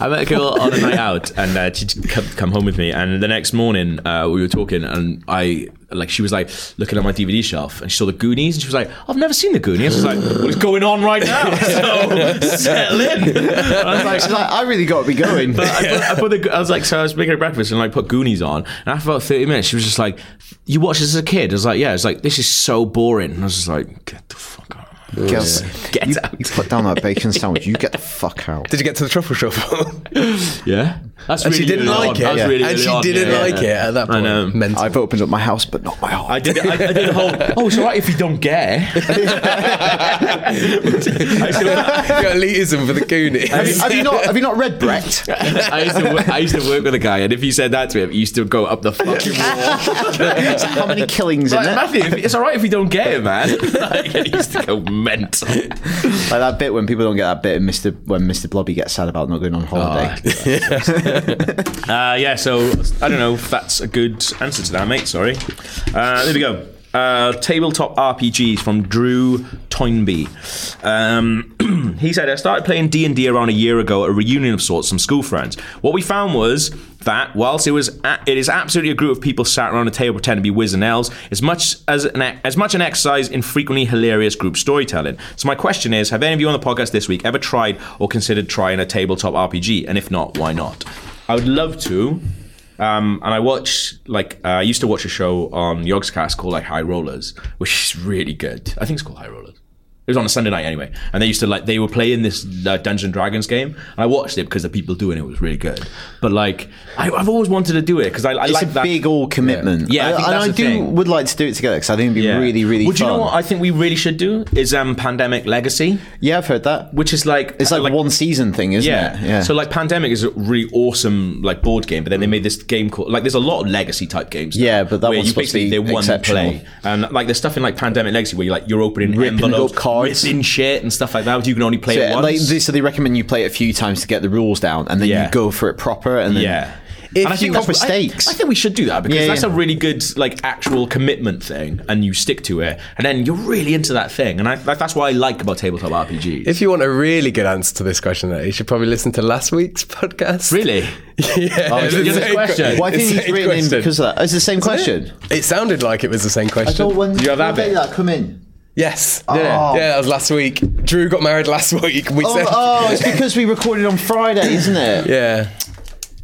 Speaker 1: I met a girl on a night out, and uh, she'd come, come home with me. And the next morning, uh, we were talking, and I like she was like looking at my DVD shelf, and she saw the Goonies, and she was like, "I've never seen the Goonies." I was like, "What's going on right now?" <laughs> So settle in. And I was like, <laughs>
Speaker 2: She's like, I really got to be going.
Speaker 1: But I put, I put the, I was like, so I was making her breakfast and like put Goonies on. And after about 30 minutes, she was just like, you watched this as a kid? I was like, yeah. It's like, this is so boring. And I was just like, get the fuck out. of my
Speaker 2: Girls,
Speaker 1: house. Get
Speaker 2: you,
Speaker 1: out.
Speaker 2: you put down
Speaker 1: <laughs>
Speaker 2: that bacon sandwich. You get the fuck out.
Speaker 3: Did you get to the truffle shuffle? <laughs>
Speaker 1: Yeah. That's
Speaker 3: and she didn't
Speaker 1: early
Speaker 3: like
Speaker 1: on. That
Speaker 3: it.
Speaker 1: was really
Speaker 3: and
Speaker 1: early
Speaker 3: she
Speaker 1: on,
Speaker 3: didn't
Speaker 1: yeah.
Speaker 3: like it at that point.
Speaker 1: know.
Speaker 3: Mental.
Speaker 2: I've opened up my house, but not my heart.
Speaker 1: I did, I, I did a whole, oh, it's all right if you don't <laughs> care. I should have-
Speaker 3: <laughs> Got
Speaker 1: <laughs>
Speaker 3: elitism for the Goonies.
Speaker 2: Have you, have you not? Have you not read Brett?
Speaker 1: I used, to work, I used to work with a guy, and if you said that to him, he used to go up the fucking wall.
Speaker 2: It's like, how many killings in
Speaker 1: Like, <laughs>
Speaker 2: it?
Speaker 1: Matthew, if- it's all right if you don't get it, man. <laughs> Like, he used to go mental.
Speaker 2: Like that bit when people don't get that bit, and Mister when Mister Blobby gets sad about not going on holiday.
Speaker 1: Ah, Uh, yeah, so I don't know if that's a good answer to that, mate. Sorry. Uh, there we go. Uh, tabletop RPGs from Drew Toynbee. Um, <clears throat> he said, "I started playing D and D around a year ago at a reunion of sorts, some school friends. What we found was that whilst it was a- it is absolutely a group of people sat around a table pretending to be wizards and elves, as much as an e- as much an exercise in frequently hilarious group storytelling. So my question is, have any of you on the podcast this week ever tried or considered trying a tabletop RPG? And if not, why not?" I would love to. Um, and I watch like uh, I used to watch a show on Yogscast called like High Rollers, which is really good. I think it's called High Rollers. It was on a Sunday night anyway, and they used to like they were playing this uh, Dungeons and Dragons game. And I watched it because the people doing it was really good. But like I, I've always wanted to do it because I, I
Speaker 2: It's
Speaker 1: like
Speaker 2: a
Speaker 1: that.
Speaker 2: big old commitment.
Speaker 1: Yeah, I
Speaker 2: and
Speaker 1: think that's
Speaker 2: I
Speaker 1: the
Speaker 2: do
Speaker 1: thing.
Speaker 2: would like to do it together because I think it'd be
Speaker 1: yeah.
Speaker 2: really, really.
Speaker 1: Would you know
Speaker 2: fun.
Speaker 1: what I think we really should do is um Pandemic Legacy,
Speaker 2: yeah, I've heard that.
Speaker 1: which is like
Speaker 2: It's like, one season thing, isn't
Speaker 1: yeah.
Speaker 2: it? Yeah.
Speaker 1: So like Pandemic is a really awesome like board game, but then they made this game called like there's a lot of legacy type games. now,
Speaker 2: Yeah, but that
Speaker 1: where
Speaker 2: one's
Speaker 1: you
Speaker 2: supposed to
Speaker 1: basically
Speaker 2: be
Speaker 1: they're one
Speaker 2: exceptional.
Speaker 1: play. And like there's stuff in like Pandemic Legacy where you like you're opening
Speaker 2: Ripping
Speaker 1: envelopes,
Speaker 2: up cards.
Speaker 1: ripping shit and stuff like that. You can only play
Speaker 2: So,
Speaker 1: it once.
Speaker 2: like, they- so they recommend you play it a few times to get the rules down, and then
Speaker 1: Yeah.
Speaker 2: you go for it proper, and then
Speaker 1: yeah.
Speaker 2: If
Speaker 1: and I think
Speaker 2: you proper
Speaker 1: that's- I-
Speaker 2: stakes.
Speaker 1: I, think we should do that because
Speaker 2: Yeah,
Speaker 1: that's
Speaker 2: yeah.
Speaker 1: a really good, like, actual commitment thing, and you stick to it, and then you're really into that thing, and I, that- that's what I like about tabletop RPGs.
Speaker 3: If you want a really good answer to this question, though, you should probably listen to last week's <laughs> podcast.
Speaker 1: really,
Speaker 3: Yeah.
Speaker 1: it's
Speaker 3: Oh, the
Speaker 1: the other
Speaker 3: same
Speaker 1: question.
Speaker 2: Why
Speaker 3: it's
Speaker 2: didn't
Speaker 3: the
Speaker 2: you
Speaker 3: same
Speaker 2: written in
Speaker 3: question.
Speaker 2: because of that? It's the same question.
Speaker 3: It sounded like it was the same
Speaker 2: I thought
Speaker 3: question.
Speaker 2: when
Speaker 1: you have
Speaker 2: when
Speaker 1: that
Speaker 2: they
Speaker 1: bit?
Speaker 2: like come
Speaker 3: <laughs>
Speaker 2: in.
Speaker 3: yes.
Speaker 2: Oh.
Speaker 3: Yeah, that was last week. Drew got married last <laughs> week. We
Speaker 2: Oh,
Speaker 3: said.
Speaker 2: oh, it's because we recorded on Friday, isn't it?
Speaker 3: <laughs> Yeah.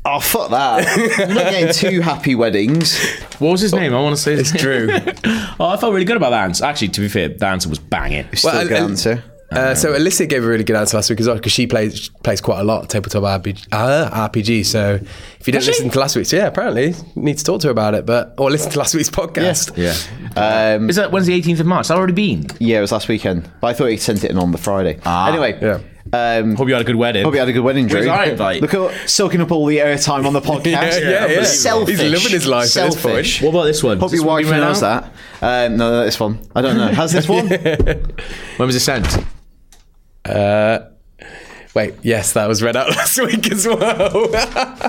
Speaker 2: Oh, fuck that. You're not getting two happy weddings.
Speaker 1: what was his
Speaker 2: Oh,
Speaker 1: name? I want to say his
Speaker 3: It's
Speaker 1: name.
Speaker 2: <laughs>
Speaker 3: Drew.
Speaker 1: <laughs> Oh, I felt really good about that answer. Actually, to be fair, that answer was banging.
Speaker 2: Still
Speaker 3: Well,
Speaker 2: a good
Speaker 3: and-
Speaker 2: answer.
Speaker 3: Uh, so Alyssa gave a really good answer last week as well because she plays she plays quite a lot tabletop RPG. Uh, RPG so if you didn't listen to last week's, yeah, apparently need to talk to her about it, but or listen to last week's podcast.
Speaker 1: Yeah.
Speaker 2: Um,
Speaker 1: Is that when's the 18th of March? That's already been.
Speaker 2: yeah, it was last weekend. But I thought he sent it in on the Friday. anyway,
Speaker 3: Ah, Yeah.
Speaker 2: um,
Speaker 1: Hope you had a good wedding.
Speaker 2: hope you had a good wedding, Drew.
Speaker 1: Where's our invite?
Speaker 2: Look at soaking up all the airtime
Speaker 3: <laughs>
Speaker 2: on the podcast.
Speaker 3: yeah, yeah.
Speaker 2: Selfish.
Speaker 3: He's living his life at this
Speaker 2: Selfish.
Speaker 3: point.
Speaker 1: What about this one?
Speaker 2: Hope
Speaker 1: Is this
Speaker 2: your
Speaker 1: one
Speaker 2: wife
Speaker 1: being read
Speaker 2: knows
Speaker 1: out?
Speaker 2: that. Um, no, this one. I don't know. Has
Speaker 3: <laughs>
Speaker 2: this one?
Speaker 1: <laughs> When was it sent?
Speaker 3: Wait, yes, that was read out <laughs> last week as well.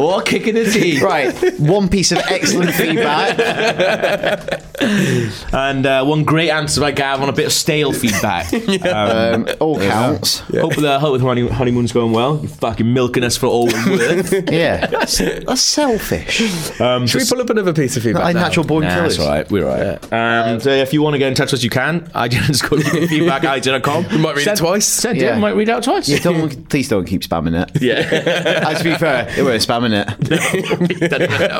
Speaker 1: Or kicking the teeth.
Speaker 2: <laughs> Right. One piece
Speaker 3: <laughs>
Speaker 2: of excellent feedback.
Speaker 1: And uh, one great answer by Gav on a bit of <laughs> stale feedback. <laughs>
Speaker 2: Um, all counts.
Speaker 1: Hope the hope the honey, honeymoon's going well. You're fucking milking us for all we're <laughs> worth.
Speaker 2: Yeah. That's, that's selfish.
Speaker 3: Should we pull up another piece of feedback?
Speaker 2: Like
Speaker 3: now?
Speaker 2: natural born
Speaker 1: Nah,
Speaker 2: killers.
Speaker 1: that's all right. We're all right. Um, so if you want to get in touch with us, <laughs> you can. I didn't score feedback. I did
Speaker 3: You might read it twice.
Speaker 1: Send yeah.
Speaker 2: Yeah. <laughs>
Speaker 1: might read it out twice. <laughs>
Speaker 2: You don't think please don't keep spamming it.
Speaker 1: Yeah.
Speaker 2: As to be fair, they weren't spamming it.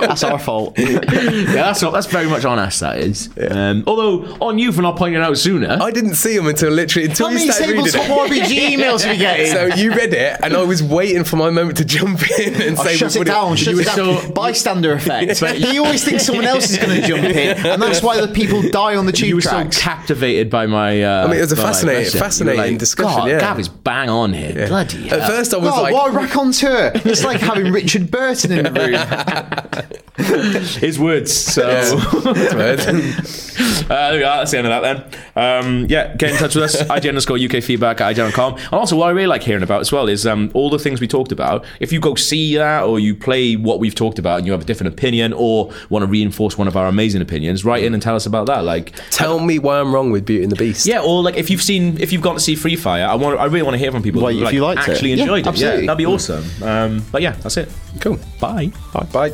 Speaker 2: That's our
Speaker 1: <laughs>
Speaker 2: fault.
Speaker 1: yeah, that's not. That's very much on us. That is. Um, although on you for not pointing it out sooner.
Speaker 3: I didn't see them until literally
Speaker 2: How
Speaker 3: until you
Speaker 2: many
Speaker 3: started reading
Speaker 2: tabletop
Speaker 3: it.
Speaker 2: RPG emails are we getting?
Speaker 3: So you read it, and I was waiting for my moment to jump in and
Speaker 2: <laughs> Oh,
Speaker 3: say,
Speaker 2: shut it
Speaker 3: would
Speaker 2: down, shut
Speaker 1: were
Speaker 2: it down.
Speaker 1: so-
Speaker 2: Bystander effect. he always thinks someone else is going to jump in, and that's why the people die on the tube
Speaker 1: you were
Speaker 2: tracks.
Speaker 1: so captivated by my. Uh,
Speaker 3: I mean, it was a
Speaker 1: by my
Speaker 3: fascinating-
Speaker 1: question. You were
Speaker 3: fascinating discussion,
Speaker 1: God,
Speaker 3: yeah.
Speaker 1: Gav is bang on here. Bloody.
Speaker 3: At
Speaker 1: hell."
Speaker 3: first, I was
Speaker 2: Oh, <laughs>
Speaker 3: like,
Speaker 2: why raconteur? It's like having Richard Burton in the room.
Speaker 1: His words. So
Speaker 3: That's
Speaker 2: <laughs>
Speaker 3: weird.
Speaker 1: uh, there we are. That's the end of that then. Um, yeah, get in touch with <laughs> us. IG underscore UK feedback at IGN.com. And also, what I really like hearing about as well is um, all the things we talked about. If you go see that or you play what we've talked about and you have a different opinion or want to reinforce one of our amazing opinions, write in and tell us about that. Like,
Speaker 3: <laughs> Tell me why I'm wrong with Beauty and the Beast.
Speaker 1: Yeah, or like if you've seen, if you've gone to see Free Fire, I want, I really want to hear from people
Speaker 2: Well,
Speaker 1: who
Speaker 2: if
Speaker 1: like,
Speaker 2: you liked it.
Speaker 1: actually
Speaker 2: Yeah,
Speaker 1: enjoyed it.
Speaker 2: absolutely.
Speaker 1: Yeah, that'd be awesome. Um, but yeah, that's it.
Speaker 3: Cool.
Speaker 1: Bye. Bye.
Speaker 3: Bye.